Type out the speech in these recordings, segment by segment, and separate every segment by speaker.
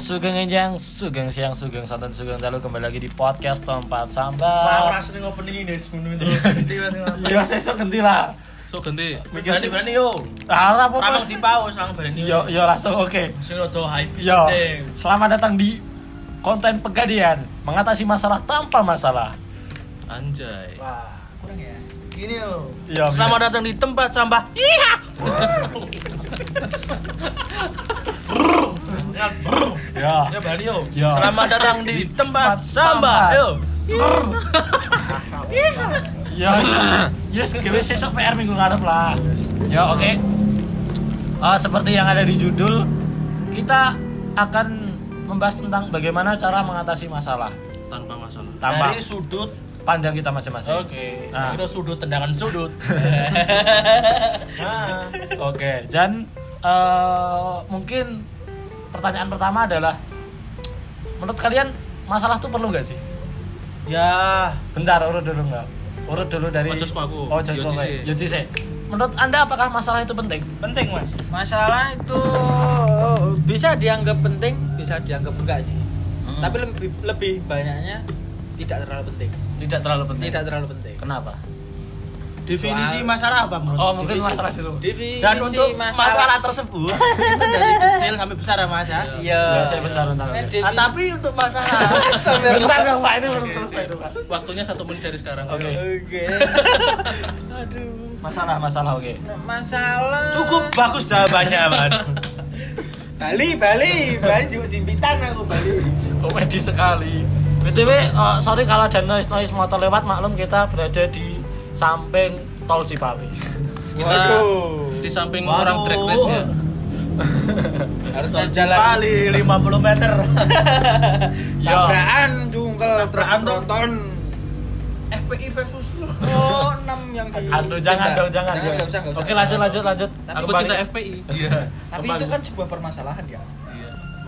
Speaker 1: Sugeng Enjang, Sugeng Siang, Sugeng Santan, Sugeng Dalu Kembali lagi di podcast Tempat
Speaker 2: Wah,
Speaker 1: Sambal
Speaker 2: rasanya ngopening ini semuanya itu. Ganti mas ngopening.
Speaker 1: Ya sesuk ganti lah
Speaker 3: So ganti
Speaker 2: Berani berani yo.
Speaker 1: Ora apa
Speaker 2: Ramang di paus lang berani.
Speaker 1: Yo, yo langsung oke
Speaker 2: Sing rada hype
Speaker 1: Yo,
Speaker 2: sing.
Speaker 1: selamat datang di konten pegadian Mengatasi masalah tanpa masalah
Speaker 3: anjay.
Speaker 2: Wah, kurang ya. Gini yo.
Speaker 1: Yo,
Speaker 2: Selamat datang di tempat sampah. Iya.
Speaker 1: Ya
Speaker 2: Ya berani yo.
Speaker 1: Yo.
Speaker 2: Selamat datang di tempat
Speaker 1: sampah.
Speaker 2: sampah. Yo.
Speaker 1: Ya, yes, gawe sesuk PR minggu ngarep lah. Ya, oke. Eh, seperti yang ada di judul, kita akan membahas tentang bagaimana cara mengatasi masalah
Speaker 3: Tanpa masalah.
Speaker 1: tanpa
Speaker 2: Dari sudut
Speaker 1: pandang kita masing-masing.
Speaker 2: Oke,
Speaker 1: Nah.
Speaker 2: kira sudut tendangan sudut. Ah.
Speaker 1: Oke, dan eh, mungkin pertanyaan pertama adalah menurut kalian masalah tuh perlu nggak sih?
Speaker 2: ya,
Speaker 1: Bentar, urut dulu nggak? Urut dulu dari
Speaker 3: Ojo sekolah aku.
Speaker 1: Oh, Josko
Speaker 3: Yoji
Speaker 1: kowe.
Speaker 3: sih.
Speaker 1: Yoji sih. Menurut Anda apakah masalah itu penting?
Speaker 2: penting mas.
Speaker 4: masalah itu bisa dianggap penting bisa dianggap enggak sih
Speaker 2: Hmm.
Speaker 3: Hmm.
Speaker 4: tapi lebih lebih banyaknya tidak terlalu penting
Speaker 1: tidak terlalu penting.
Speaker 4: tidak terlalu penting
Speaker 1: Kenapa?
Speaker 2: Definisi
Speaker 4: Soal-
Speaker 2: masalah apa menurut?
Speaker 1: Oh, mungkin masalah dulu.
Speaker 4: definisi
Speaker 2: Dan untuk masalah,
Speaker 4: masalah,
Speaker 2: tersebut itu dari kecil sampai besar ya mas ya.
Speaker 4: iya
Speaker 1: Ya, saya bentar bentar.
Speaker 4: Eh,
Speaker 1: bentar.
Speaker 4: Devi-
Speaker 2: Ah, tapi untuk masalah
Speaker 1: Bentar dong, Pak. Ini belum selesai dong, Pak.
Speaker 3: Waktunya satu menit dari sekarang.
Speaker 1: Oke.
Speaker 4: oke aduh Nah,
Speaker 1: Masalah, masalah oke.
Speaker 4: masalah
Speaker 2: cukup bagus jawabannya man.
Speaker 4: Bali Bali Bali juga jimpitan aku Bali
Speaker 1: Komedi sekali. BTW, eh, sorry kalau ada noise-noise motor lewat, maklum kita berada di samping tol Cipawi.
Speaker 3: Kita
Speaker 4: Waduh.
Speaker 3: di samping
Speaker 2: Waduh.
Speaker 3: orang drag race ya.
Speaker 4: harus
Speaker 2: Tol
Speaker 4: berjalan
Speaker 2: Bali 50 meter.
Speaker 1: Iya.
Speaker 4: tabrakan jungkel
Speaker 2: Tabrakan tuh.
Speaker 4: tonton
Speaker 2: FPI versus
Speaker 4: oh enam yang di
Speaker 1: Aduh, jangan
Speaker 4: Tidak.
Speaker 1: dong, jangan.
Speaker 4: jangan nggak usah nggak usah
Speaker 1: Oke, lanjut lanjut lanjut.
Speaker 4: Tapi
Speaker 3: Aku
Speaker 4: balik-
Speaker 3: pecinta FPI.
Speaker 4: tapi itu kan sebuah permasalahan ya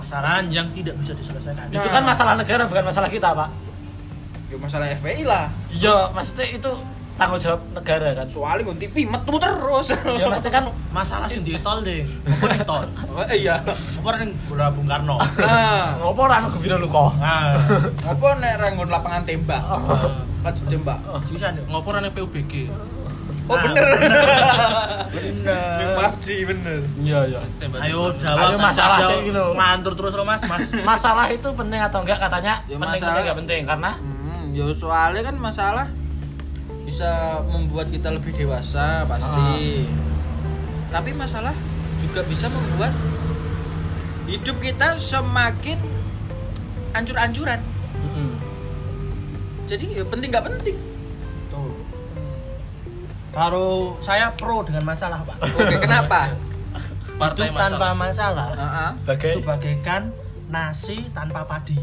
Speaker 2: masalah yang tidak bisa diselesaikan.
Speaker 4: Ya.
Speaker 1: Itu kan masalah negara bukan masalah kita, Pak.
Speaker 4: ya masalah FPI lah
Speaker 1: Iya, maksudnya itu tanggung jawab negara kan.
Speaker 4: soalnya gue TV metu terus
Speaker 1: Ya pasti kan
Speaker 2: Masalah sing di tol deh. Apa di tol?
Speaker 4: Oh, iya
Speaker 2: Apa ning Gelora Bung Karno?
Speaker 4: nah
Speaker 1: ngopo ora aku biro lu kok.
Speaker 2: Nah,
Speaker 4: apa nek ranggon lapangan tembak
Speaker 1: Ah.
Speaker 4: kan sudah tembak
Speaker 2: susah deh.
Speaker 3: Ngopor aneh PUBG.
Speaker 1: Ah.
Speaker 4: oh
Speaker 2: Nah,
Speaker 4: bener
Speaker 2: Bener.
Speaker 4: Main PUBG bener
Speaker 1: Iya, iya.
Speaker 3: Stembak.
Speaker 2: Ayo jawab
Speaker 1: Ayo masalah
Speaker 2: Jawab.
Speaker 1: sih, gitu.
Speaker 2: Ngelantur terus lo Mas, Mas.
Speaker 1: Masalah itu penting atau enggak katanya?
Speaker 4: Ya,
Speaker 1: penting
Speaker 4: masalah-
Speaker 1: penting enggak penting karena
Speaker 4: hmm, ya soalnya kan masalah bisa membuat kita lebih dewasa pasti tapi masalah juga bisa membuat hidup kita semakin ancur-ancuran jadi ya penting nggak penting
Speaker 2: Tuh. Kalau saya pro dengan masalah, Pak.
Speaker 4: oke kenapa
Speaker 3: Partai
Speaker 2: Hidup tanpa
Speaker 3: masalah.
Speaker 2: masalah
Speaker 4: Heeh.
Speaker 1: Bagai
Speaker 2: itu bagaikan nasi tanpa padi.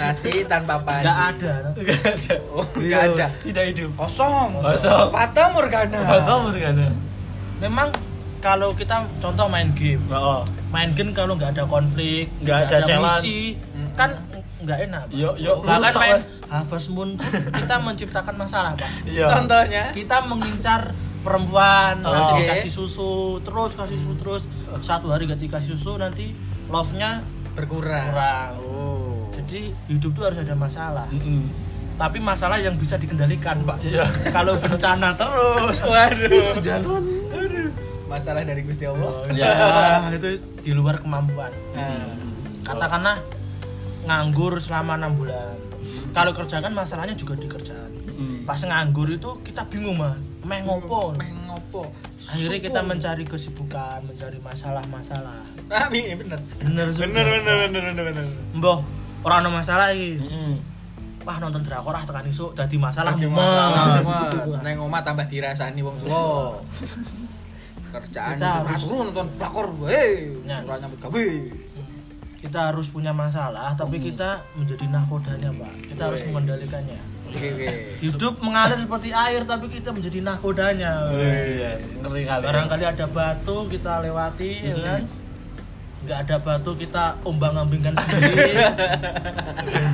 Speaker 4: nasi tanpa padi
Speaker 2: Enggak ada.
Speaker 4: oh nggak ada
Speaker 1: tidak hidup.
Speaker 4: kosong
Speaker 1: Kosong.
Speaker 4: fata morgana
Speaker 1: Morgana.
Speaker 2: Memang kalau kita contoh main game,
Speaker 1: Oh,
Speaker 2: main game kalau nggak ada konflik,
Speaker 1: Nggak ada challenge.
Speaker 2: misi, kan nggak enak. Pak.
Speaker 1: Yuk, yuk, lurus
Speaker 2: Bahkan
Speaker 1: tak,
Speaker 2: kan main
Speaker 1: Pak.
Speaker 2: Harvest Moon pun kita menciptakan masalah, Pak.
Speaker 1: Iya.
Speaker 4: contohnya
Speaker 2: Kita mengincar perempuan,
Speaker 1: Oh.
Speaker 2: nanti
Speaker 4: Oke.
Speaker 2: dikasih susu, terus kasih susu terus. Satu hari gak dikasih susu nanti love-nya
Speaker 4: berkurang
Speaker 2: kurang.
Speaker 4: oh
Speaker 2: Jadi hidup tuh harus ada masalah.
Speaker 1: Mm-mm.
Speaker 2: Tapi masalah yang bisa dikendalikan, Pak.
Speaker 1: Iya.
Speaker 2: Kalau bencana terus,
Speaker 4: waduh masalah dari gusti allah
Speaker 2: ya itu di luar kemampuan.
Speaker 1: Nah.
Speaker 2: Katakanlah nganggur selama enam bulan. Kalau kerja kan masalahnya juga di kerjaan.
Speaker 1: Mm.
Speaker 2: Pas nganggur itu kita bingung mah, meh ngopo.
Speaker 4: Meh ngopo
Speaker 2: Akhirnya kita mencari kesibukan, mencari masalah-masalah.
Speaker 4: nah iya, bener
Speaker 2: Bener juga.
Speaker 4: bener bener bener bener bener
Speaker 2: Mbah, orang ada masalah ini.
Speaker 1: Mm-mm.
Speaker 2: Wah nonton drakor ah tekan isu jadi masalah.
Speaker 4: Lagi
Speaker 2: Mbah.
Speaker 4: masalah, Mas. neng omah tambah dirasani wong tuwa kerjaan
Speaker 2: Kita harus-
Speaker 4: turun nonton drakor hei
Speaker 2: Ya.
Speaker 4: ora nyambut gawe
Speaker 2: kita harus punya masalah tapi kita menjadi nahkodanya pak kita harus
Speaker 4: Wih.
Speaker 2: mengendalikannya
Speaker 4: oke oke
Speaker 2: hidup mengalir seperti air tapi kita menjadi nahkodanya
Speaker 1: Iya, ngeri kali.
Speaker 2: barangkali ada batu kita lewati ya kan nggak ada batu kita ombang ambingkan sendiri
Speaker 4: Eh,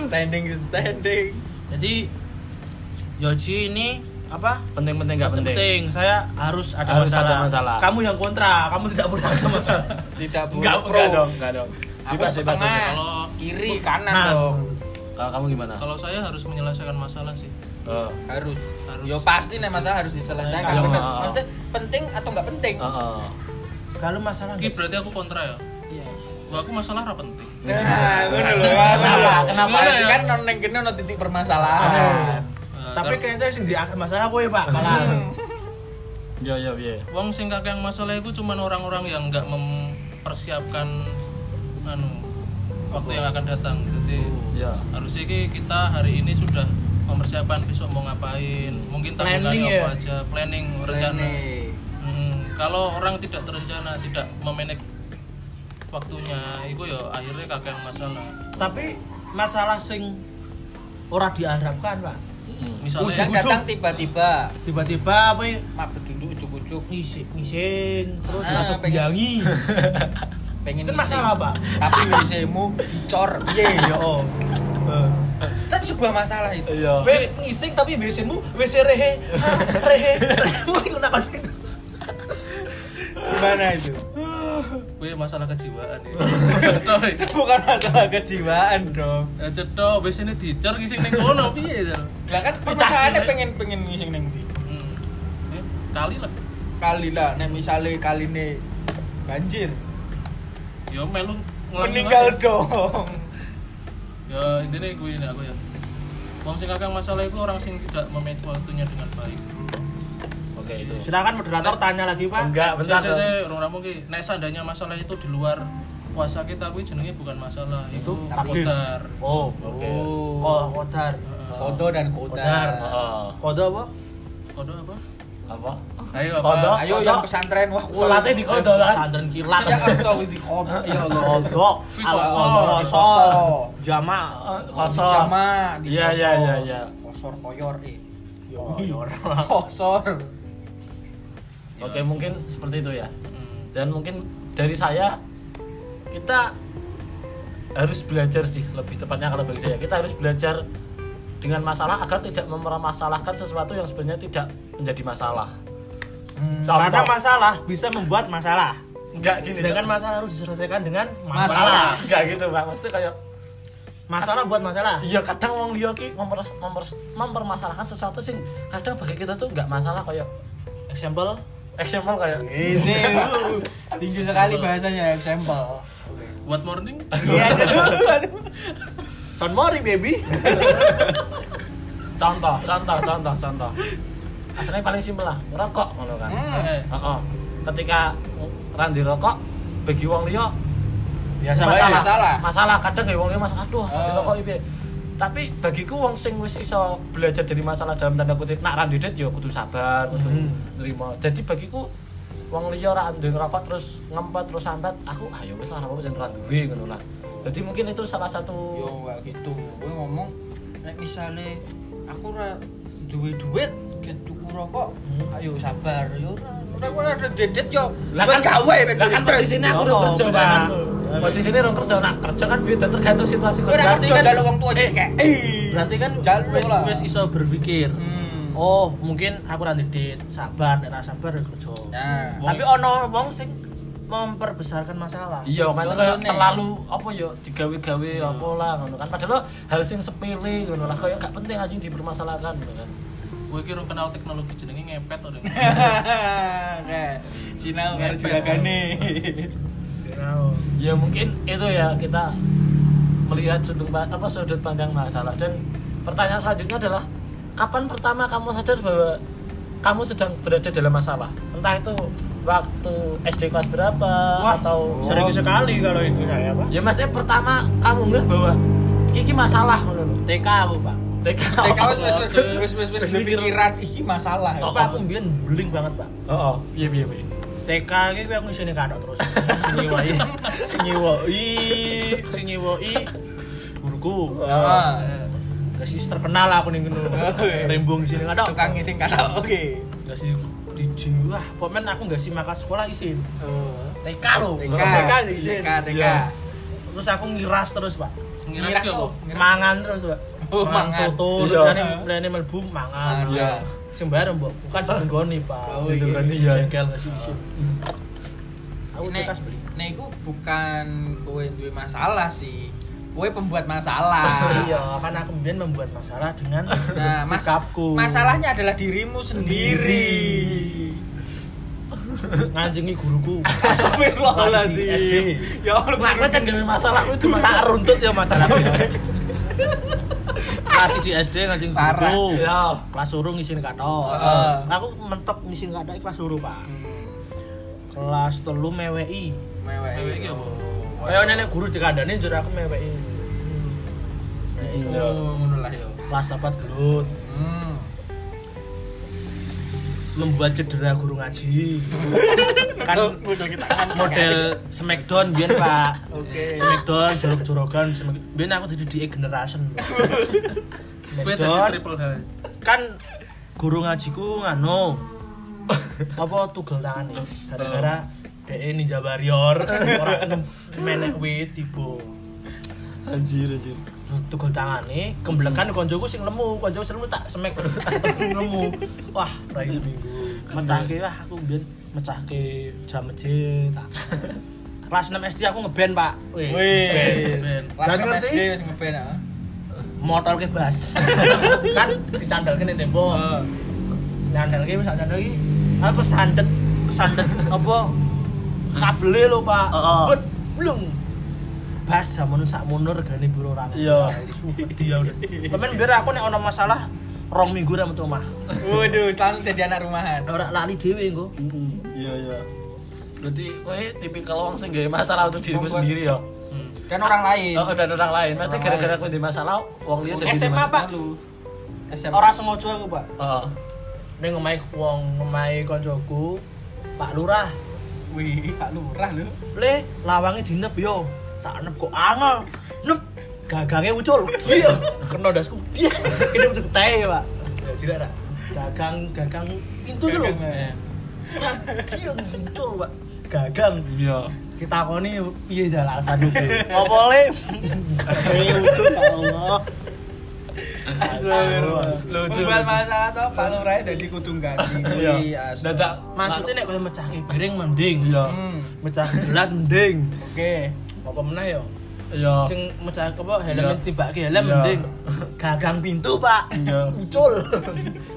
Speaker 4: standing standing
Speaker 2: jadi Yoji ini apa
Speaker 1: penting-penting enggak penting.
Speaker 2: penting saya harus ada
Speaker 1: Harus
Speaker 2: masalah.
Speaker 1: ada masalah.
Speaker 2: kamu yang kontra kamu tidak boleh ada masalah
Speaker 4: tidak boleh
Speaker 1: Enggak,
Speaker 4: pro
Speaker 1: enggak dong, enggak dong.
Speaker 4: Apa
Speaker 1: Bebas, bebas,
Speaker 4: setengah?
Speaker 1: bebas.
Speaker 3: Kalau-
Speaker 4: kiri kanan
Speaker 2: Nah.
Speaker 4: dong.
Speaker 1: Kalau kamu gimana?
Speaker 3: Kalau saya harus menyelesaikan masalah sih.
Speaker 1: Eh,
Speaker 4: Harus.
Speaker 3: Harus.
Speaker 4: Yo pasti nih masalah harus
Speaker 1: Iya,
Speaker 4: diselesaikan. Bener.
Speaker 1: Mak.
Speaker 4: Maksudnya penting atau nggak penting?
Speaker 1: eh, eh.
Speaker 2: kalau masalah
Speaker 3: Ki
Speaker 2: nggak
Speaker 3: berarti aku kontra ya.
Speaker 4: Iya.
Speaker 3: Wah, aku masalah apa penting.
Speaker 4: Nah, ngono lho, ngono lho.
Speaker 1: Kenapa? Kenapa?
Speaker 4: Berarti kan non neng kene ono titik permasalahan.
Speaker 3: Nah,
Speaker 2: tapi
Speaker 3: kar-
Speaker 2: kayaknya sing di masalah gue pak malah
Speaker 1: Yo yo yo.
Speaker 3: Wong sing kakek yang masalah itu cuman orang-orang yang nggak mempersiapkan anu waktu yang akan datang. Jadi
Speaker 1: Ya.
Speaker 3: harusnya ki kita hari ini sudah mempersiapkan besok mau ngapain. Mungkin
Speaker 2: Planning
Speaker 3: tabungannya
Speaker 2: ya?
Speaker 3: apa aja, planning, rencana. Mm, kalau orang tidak terencana, tidak memanage waktunya, itu ya akhirnya kakek yang masalah.
Speaker 2: tapi masalah sing ora diharapkan pak
Speaker 4: Hujan
Speaker 3: Misalnya,
Speaker 2: Ujung-ujung.
Speaker 4: datang tiba-tiba.
Speaker 2: tiba-tiba apa ya,
Speaker 4: Mak bedunduk ujuk-ujuk
Speaker 2: ngising ngising terus Eh,
Speaker 4: Ah,
Speaker 2: masuk
Speaker 4: pengen-
Speaker 2: biangi
Speaker 4: pengen
Speaker 2: Itu
Speaker 4: ngising.
Speaker 2: masalah, Pak.
Speaker 4: Tapi ngisemu dicor. Ye.
Speaker 2: iya om Eh,
Speaker 4: Kan sebuah masalah itu.
Speaker 1: Iya.
Speaker 2: we ngising tapi WC mu WC rehe ah, rehe rehe itu nakon itu
Speaker 4: Gimana itu?
Speaker 3: gue masalah kejiwaan ya. Cetok,
Speaker 4: Itu bukan masalah kejiwaan dong.
Speaker 3: ya cetok, biasanya dicor ngising ning kono piye ya.
Speaker 4: Lah kan permasalahannya pengen pengen ngising neng ndi?
Speaker 3: Hmm. Ya, kali lah.
Speaker 4: Kali lah nek misale kaline banjir.
Speaker 3: Ya melu ngulangi
Speaker 4: Meninggal
Speaker 3: wae.
Speaker 4: dong.
Speaker 3: Ya intinya gue ini aku ya. Wong sing kakek masalah itu orang sing tidak memanage waktunya dengan baik.
Speaker 1: Oke itu.
Speaker 2: silakan moderator tanya lagi pak
Speaker 4: Ya,
Speaker 1: Enggak, bentar.
Speaker 3: Saya saya orang rampung ki. Nek seandainya masalah itu di luar kuasa kita kuwi jenenge bukan masalah, itu
Speaker 2: Itu takdir.
Speaker 3: kotor.
Speaker 2: oh
Speaker 1: Oke.
Speaker 2: oh
Speaker 4: Oh.
Speaker 2: kotor
Speaker 4: Kodo dan koda.
Speaker 2: Kodar.
Speaker 1: Heeh.
Speaker 2: kodo apa
Speaker 3: Kodo apa?
Speaker 1: Apa?
Speaker 3: Ayo apa?
Speaker 1: Kodok.
Speaker 4: Ayo
Speaker 1: Kodok.
Speaker 4: yang pesantren wah. wah.
Speaker 1: Sholatnya di kodok kan?
Speaker 2: pesantren kilat
Speaker 4: Ya astagfirullah di kodo. Ya Allah.
Speaker 2: kodok
Speaker 3: Kuwi
Speaker 2: Al-
Speaker 3: poso.
Speaker 2: poso jamaah
Speaker 1: Eh,
Speaker 4: Kosor.
Speaker 1: Kosong.
Speaker 4: di
Speaker 1: Iya, iya,
Speaker 4: kosor.
Speaker 1: iya, iya.
Speaker 4: Kosor koyor eh.
Speaker 2: Koyor.
Speaker 4: Kosor.
Speaker 1: Oke mungkin seperti itu ya.
Speaker 3: Hmm.
Speaker 1: Dan mungkin dari saya kita harus belajar sih lebih tepatnya kalau bagi saya kita harus belajar dengan masalah agar tidak mempermasalahkan sesuatu yang sebenarnya tidak menjadi masalah. Contoh.
Speaker 2: karena masalah bisa membuat masalah
Speaker 1: Enggak gini.
Speaker 2: sedangkan
Speaker 1: Cok.
Speaker 2: masalah harus diselesaikan dengan
Speaker 4: Masalah.
Speaker 2: masalah
Speaker 1: Enggak gitu, Pak. Maksudnya kayak
Speaker 2: masalah buat masalah
Speaker 1: Iya kadang wong liya ki memper- memper- mempermasalahkan sesuatu sing kadang bagi kita tuh nggak masalah kayak
Speaker 2: example
Speaker 1: example kayak
Speaker 4: Ini uh, tinggi sekali bahasanya example.
Speaker 3: What morning?
Speaker 4: Iya, aduh, aduh.
Speaker 2: Son Mori baby
Speaker 1: contoh contoh contoh contoh asalnya paling simpel lah merokok ngono kan
Speaker 4: Hmm.
Speaker 3: Eh,
Speaker 1: Heeh. ketika randi rokok bagi wong liya
Speaker 2: biasa
Speaker 4: Masalah.
Speaker 2: wae.
Speaker 1: masalah masalah kadang kayak wong liya masalah aduh
Speaker 4: Oh.
Speaker 1: randi rokok iki tapi bagiku wong sing wis iso belajar dari masalah dalam tanda kutip nak randi dit ya kudu sabar kudu
Speaker 2: Hmm.
Speaker 1: nerima jadi bagiku wong liya ora ndek rokok terus ngempet terus sambat aku ayo wis lah ora apa-apa jan ora duwe ngono lah jadi mungkin itu salah satu
Speaker 4: Yo nggak gitu. Gue ngomong nek misale aku ora duwe duit get tuku rokok. Ayo sabar yo ora. Ora ora ada dedet yo.
Speaker 1: Hmm. lah
Speaker 4: Buat
Speaker 1: kan
Speaker 4: gawe ben.
Speaker 1: lah kan posisinya aku udah
Speaker 2: Oh,
Speaker 1: kerja
Speaker 2: beneran.
Speaker 1: kan posisinya orang kerja nak kerja kan beda tergantung situasi
Speaker 4: Ora
Speaker 1: kerja.
Speaker 4: kerja jaluk wong tua sih kayak. Eh.
Speaker 2: berarti kan
Speaker 4: Jaluk
Speaker 2: wis
Speaker 4: lah.
Speaker 2: wis iso berpikir
Speaker 4: Hmm.
Speaker 2: oh mungkin aku nanti dit sabar nek ra sabar ya kerja
Speaker 4: Nah.
Speaker 3: Wong-
Speaker 2: tapi ono wong sing memperbesarkan masalah
Speaker 1: iya kan itu kayak
Speaker 4: Contohnya.
Speaker 1: terlalu apa ya digawe-gawe
Speaker 4: Iya.
Speaker 1: apa lah ngono kan padahal hal sing sepele ngono lah kayak gak penting anjing dipermasalahkan ngono kan
Speaker 3: Gue kira kenal teknologi jenenge ngepet to, Deng.
Speaker 4: kan sinau
Speaker 3: Ngepet.
Speaker 4: juragane
Speaker 2: Nah,
Speaker 1: ya mungkin itu ya kita melihat sudut pa- apa sudut pandang masalah dan pertanyaan selanjutnya adalah kapan pertama kamu sadar bahwa kamu sedang berada dalam masalah entah itu waktu SD kelas berapa
Speaker 2: Wah,
Speaker 1: atau
Speaker 4: Oh.
Speaker 2: sering sekali kalau itu saya pak
Speaker 1: ya maksudnya pertama kamu nggak bahwa kiki masalah ngono lho.
Speaker 2: TK aku pak
Speaker 1: TK
Speaker 4: TK wis wis
Speaker 3: Oke.
Speaker 4: wis wis wis pikiran iki masalah ya."
Speaker 1: Oh.
Speaker 2: Pak, aku mbien beling banget pak
Speaker 1: oh oh iya iya iya
Speaker 2: TK ini aku isine kado terus sinyewai sinyewai sinyewai guruku
Speaker 4: Heeh.
Speaker 2: Terus is terkenal aku ning ngono. Rembung sini kadok.
Speaker 4: tukang ngising kata oke
Speaker 2: Terus di- di jiwa. Pokoknya aku nggak sih makan sekolah izin. TK lo.
Speaker 4: TK
Speaker 2: TK izin.
Speaker 4: TK TK
Speaker 1: Iya.
Speaker 2: Terus aku ngiras terus, Pak.
Speaker 3: Ngira
Speaker 4: Ngiras
Speaker 3: sih
Speaker 4: kok.
Speaker 3: kok.
Speaker 4: Ngiras.
Speaker 2: Mangan terus, Pak.
Speaker 4: Oh,
Speaker 2: Mangan
Speaker 4: mangan.
Speaker 2: soto,
Speaker 1: Iya.
Speaker 2: berani berani melbu mangan.
Speaker 4: Iya.
Speaker 2: Sing bayar mbok, bukan digoni, Pak.
Speaker 4: Oh,
Speaker 1: iya.
Speaker 2: Digoni, ya. Jengkel nggak sih izin. Aku
Speaker 4: nek
Speaker 2: cekas beli.
Speaker 4: nek iku bukan kowe duwe masalah sih. Kowe pembuat masalah.
Speaker 2: Iya, karena aku kemudian membuat masalah dengan
Speaker 4: Nah, mas
Speaker 2: sikapku.
Speaker 4: masalahnya adalah dirimu sendiri.
Speaker 2: nganjungi guruku. SD.
Speaker 4: Astagfirullahaladzim. Ya Allah.
Speaker 1: Nah, gue cenderung masalah itu
Speaker 2: Cuma tak runtut ya masalahnya. Kelas di SD nganjungi
Speaker 4: Parah.
Speaker 2: guruku.
Speaker 1: Ya.
Speaker 2: Kelas suruh ngisin katok.
Speaker 4: Heeh.
Speaker 2: Aku mentok ngisin katok kelas suruh, Pak. Kelas telu mewei.
Speaker 3: Cewek
Speaker 4: Mewek.
Speaker 3: iki apa?
Speaker 2: Ayo nenek guru dikandani jur aku mewei. Hmm. Mewei.
Speaker 4: Yo ngono lah yo.
Speaker 2: Kelas dapat gelut.
Speaker 4: Hmm.
Speaker 2: membuat cedera guru ngaji kan model smackdown biar pak smackdown jorok jorokan biar aku jadi di generation
Speaker 3: Kowe tadi
Speaker 2: smackdown
Speaker 3: triple H.
Speaker 2: kan guru ngajiku ngano apa tugel tangan nih gara-gara
Speaker 1: Oh.
Speaker 2: DE Ninja Warrior orang menek wit tiba Hmm,
Speaker 1: Anjir, anjir.
Speaker 2: tugel tangan nih kemblekan konjoku sing lemu konjoku sing lemu tak semek lemu wah rai seminggu mecahke lah aku mbiyen mecahke jam masjid tak kelas 6 SD aku ngeband pak
Speaker 4: Wih.
Speaker 3: Ben.
Speaker 4: Kelas
Speaker 2: Dan
Speaker 4: enam
Speaker 2: ngerti?
Speaker 4: SD wis ngeband ah.
Speaker 2: motor ke bas kan dicandalke ning tembok
Speaker 4: Heeh.
Speaker 2: nyandalke wis tak candalke aku sandet sandet apa kabele lho pak
Speaker 1: Heeh.
Speaker 2: Gut, blung bas jamono sak munur regane buru orang
Speaker 1: Iya.
Speaker 2: dia udah pemen biar aku nek ono masalah rong minggu ra metu omah
Speaker 4: Waduh, langsung jadi anak rumahan.
Speaker 2: ora lali dhewe engko
Speaker 1: Iya, iya. Berarti kowe tipikal wong sing gawe masalah untuk dirimu
Speaker 4: Membuat-
Speaker 1: sendiri ya.
Speaker 3: Hmm.
Speaker 4: Dan orang lain.
Speaker 1: Oh, dan orang lain. Berarti gara-gara kowe duwe masalah, wong liya jadi
Speaker 2: SMA
Speaker 1: masalah. Oh.
Speaker 2: pak
Speaker 4: SMA.
Speaker 2: ora sengaja aku pak
Speaker 1: Heeh.
Speaker 2: ning omahe wong omahe koncoku Pak Lurah
Speaker 4: Wih, Pak Lurah lu.
Speaker 2: le lawange dinep yo tak nep kok angel nep gagangnya muncul iya kena dasku dia ini muncul ketai pak ya jinak ra gagang gagang pintu itu loh
Speaker 4: Gagang, eh.
Speaker 2: dia muncul pak gagang
Speaker 1: Iya.
Speaker 2: kita koni piye jalan alasan dulu apa le gagangnya muncul ya Allah
Speaker 4: Astagfirullah. Pembuat masalah toh Pak Lurah jadi kudu ganti. Wih,
Speaker 1: Iya.
Speaker 4: asu.
Speaker 1: Dadak
Speaker 2: maksudnya nek kau mecah piring mending
Speaker 1: Iya.
Speaker 4: Hmm.
Speaker 2: mecah gelas mending
Speaker 4: Oke.
Speaker 2: apa menah yo
Speaker 1: Iya.
Speaker 2: sing mecah apa helm
Speaker 1: Iya.
Speaker 2: yang tiba ke helm
Speaker 1: Iya.
Speaker 2: mending gagang pintu pak
Speaker 1: Iya.
Speaker 2: muncul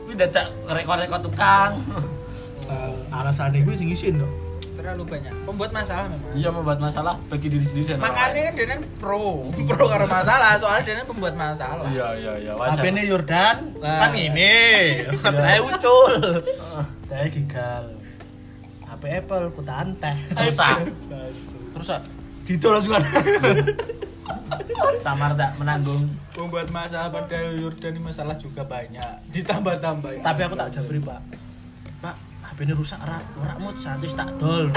Speaker 1: Kuwi dadak rekor-rekor tukang.
Speaker 2: alasan gue sing isin dong
Speaker 4: Terlalu banyak. Pembuat masalah memang.
Speaker 1: Iya membuat masalah bagi diri sendiri dan orang
Speaker 4: Makanya kan Denen pro, pro karo masalah, soalnya Denen pembuat masalah.
Speaker 1: lain. Iya, iya, iya. Wajar.
Speaker 2: HP ini Yordan
Speaker 4: Nah.
Speaker 2: kan ini saya muncul saya Iya. gigal HP Apple ku teh
Speaker 1: Rusak.
Speaker 3: Rusak.
Speaker 2: Dito langsung kan
Speaker 1: Samar tak menanggung.
Speaker 4: Pembuat masalah padahal Yordani masalah juga banyak. Ditambah-tambah.
Speaker 2: tapi aku tak jabri pak pak HP ini rusak rak rak mut santus tak dol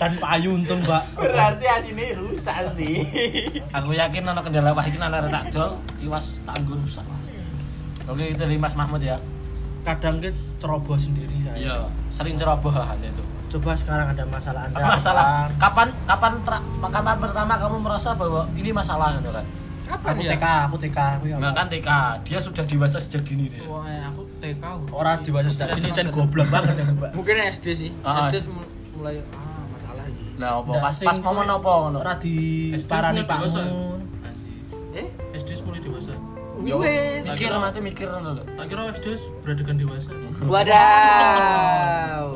Speaker 2: dan payu untung pak
Speaker 4: Berarti asine rusak sih.
Speaker 1: Aku yakin anak kendala wah iki anak tak jol, iwas tak anggo rusak. Mas. Oke, itu dari Mas Mahmud ya.
Speaker 2: kadang kita ceroboh sendiri saya
Speaker 1: Iya, sering ceroboh lah Anda itu.
Speaker 2: coba sekarang ada masalah anda
Speaker 1: Masalah kapan kapan tra- kapan pertama kamu merasa bahwa ini masalah gitu kan?
Speaker 4: Kapan
Speaker 2: aku
Speaker 4: ya?
Speaker 2: TK aku TK aku ya
Speaker 1: Nah, kan TK, dia sudah dewasa sejak dini dia.
Speaker 4: Wah, eh, aku TK.
Speaker 2: orang dewasa sudah sini dan goblok banget ya mbak
Speaker 4: Mungkin SD sih.
Speaker 1: Ah.
Speaker 4: SD semul- mulai ah masalah ini.
Speaker 1: Nah, apa
Speaker 2: Nggak,
Speaker 1: pas
Speaker 2: sing
Speaker 1: pas momen
Speaker 2: kuwi-
Speaker 1: apa ngono?
Speaker 2: orang di
Speaker 3: SD
Speaker 2: parani
Speaker 3: mulai
Speaker 2: pak
Speaker 3: dewasa.
Speaker 2: Mun.
Speaker 3: Anjir.
Speaker 4: Eh,
Speaker 3: SD mulai dewasa.
Speaker 1: Yo,
Speaker 4: wes.
Speaker 1: Mikir nanti mikir dulu.
Speaker 3: Tak kira SD beradegan dewasa.
Speaker 4: Wadaw.